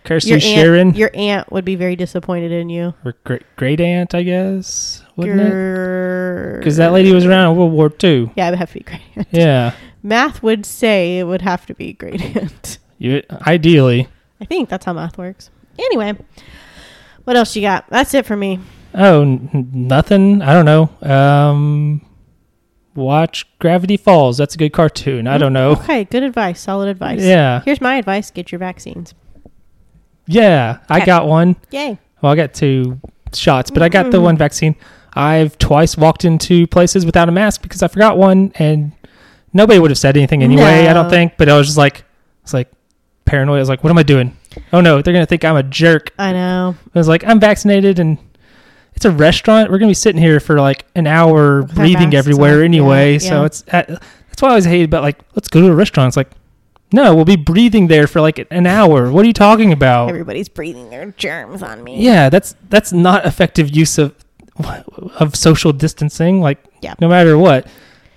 Kirsty
your
Sharon.
aunt, your aunt would be very disappointed in you.
Her great great aunt, I guess. Wouldn't it?
Because
Because that lady was around in World War Two.
Yeah, it would have to be great. aunt.
Yeah.
Math would say it would have to be great aunt.
You ideally.
I think that's how math works. Anyway, what else you got? That's it for me.
Oh, n- nothing. I don't know. Um, watch Gravity Falls. That's a good cartoon. I don't know.
Okay, good advice. Solid advice.
Yeah.
Here's my advice: get your vaccines.
Yeah. I
Okay.
got one.
Yay.
Well, I got two shots, but I got the
Mhm.
one vaccine. I've twice walked into places without a mask because I forgot one, and nobody would have said anything anyway. I
No.
don't think. But I was just like, it's like paranoid. I was like, what am I doing? Oh no, they're gonna think I'm a jerk.
I know.
I was like, I'm vaccinated, and it's a restaurant. We're gonna be sitting here for like an hour,
Without
breathing
masks
everywhere
on.
anyway.
Yeah,
so
yeah.
it's at, that's why I always hated about like, let's go to a restaurant. It's like, no, we'll be breathing there for like an hour. What are you talking about?
Everybody's breathing their germs on me.
Oh. yeah that's that's not effective use of of social distancing like
Yeah.
no matter what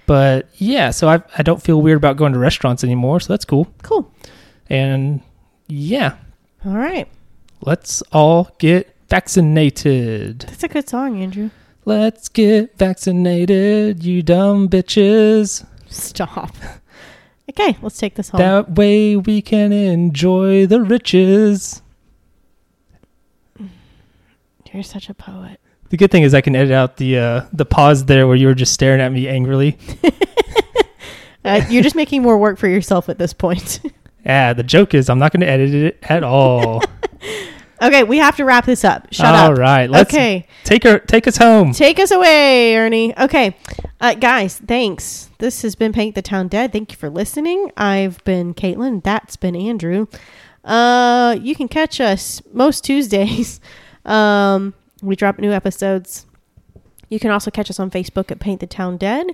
but yeah so I, I don't feel weird about going to restaurants anymore so that's cool
Cool.
And yeah,
All right.
let's all get vaccinated.
That's a good song, Andrew.
Let's get vaccinated, you dumb bitches.
Stop. Okay, let's take this home.
That way we can enjoy the riches.
You're such a poet.
The good thing is I can edit out the uh, the pause there where you were just staring at me angrily.
Uh, you're just making more work for yourself at this point.
Ah, the joke is I'm not going to edit it at all.
okay, we have to wrap this up. Shut up.
All right, let's
okay,
take her take us home.
take us away, Ernie. Okay, uh, guys, thanks. This has been Paint the Town Dead. Thank you for listening. I've been Caitlin. That's been Andrew. Uh, you can catch us most Tuesdays. Um, we drop new episodes. You can also catch us on Facebook at Paint the Town Dead.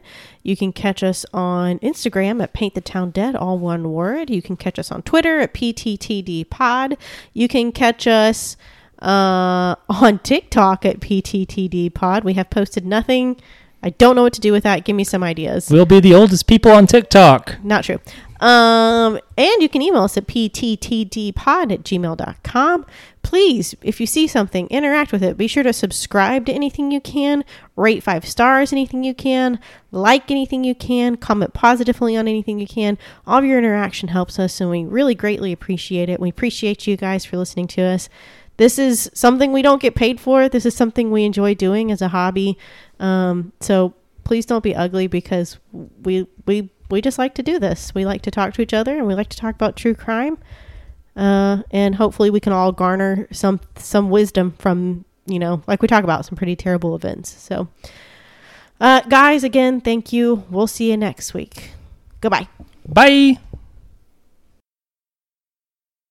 You can catch us on Instagram at Paint the Town Dead, all one word. You can catch us on Twitter at PTTD Pod. You can catch us uh, on TikTok at PTTD Pod. We have posted nothing. I don't know what to do with that. Give me some ideas.
We'll be the oldest people on TikTok.
Not true. Um, and you can email us at pttdpod at gmail.com. Please, if you see something, interact with it. Be sure to subscribe to anything you can, rate five stars anything you can, like anything you can, comment positively on anything you can. All of your interaction helps us, and we really greatly appreciate it. We appreciate you guys for listening to us. This is something we don't get paid for. This is something we enjoy doing as a hobby. Um, so please don't be ugly because we we we just like to do this. We like to talk to each other and we like to talk about true crime. Uh, and hopefully we can all garner some some wisdom from you know like we talk about some pretty terrible events. So, uh, guys, again, thank you. We'll see you next week. Goodbye.
Bye.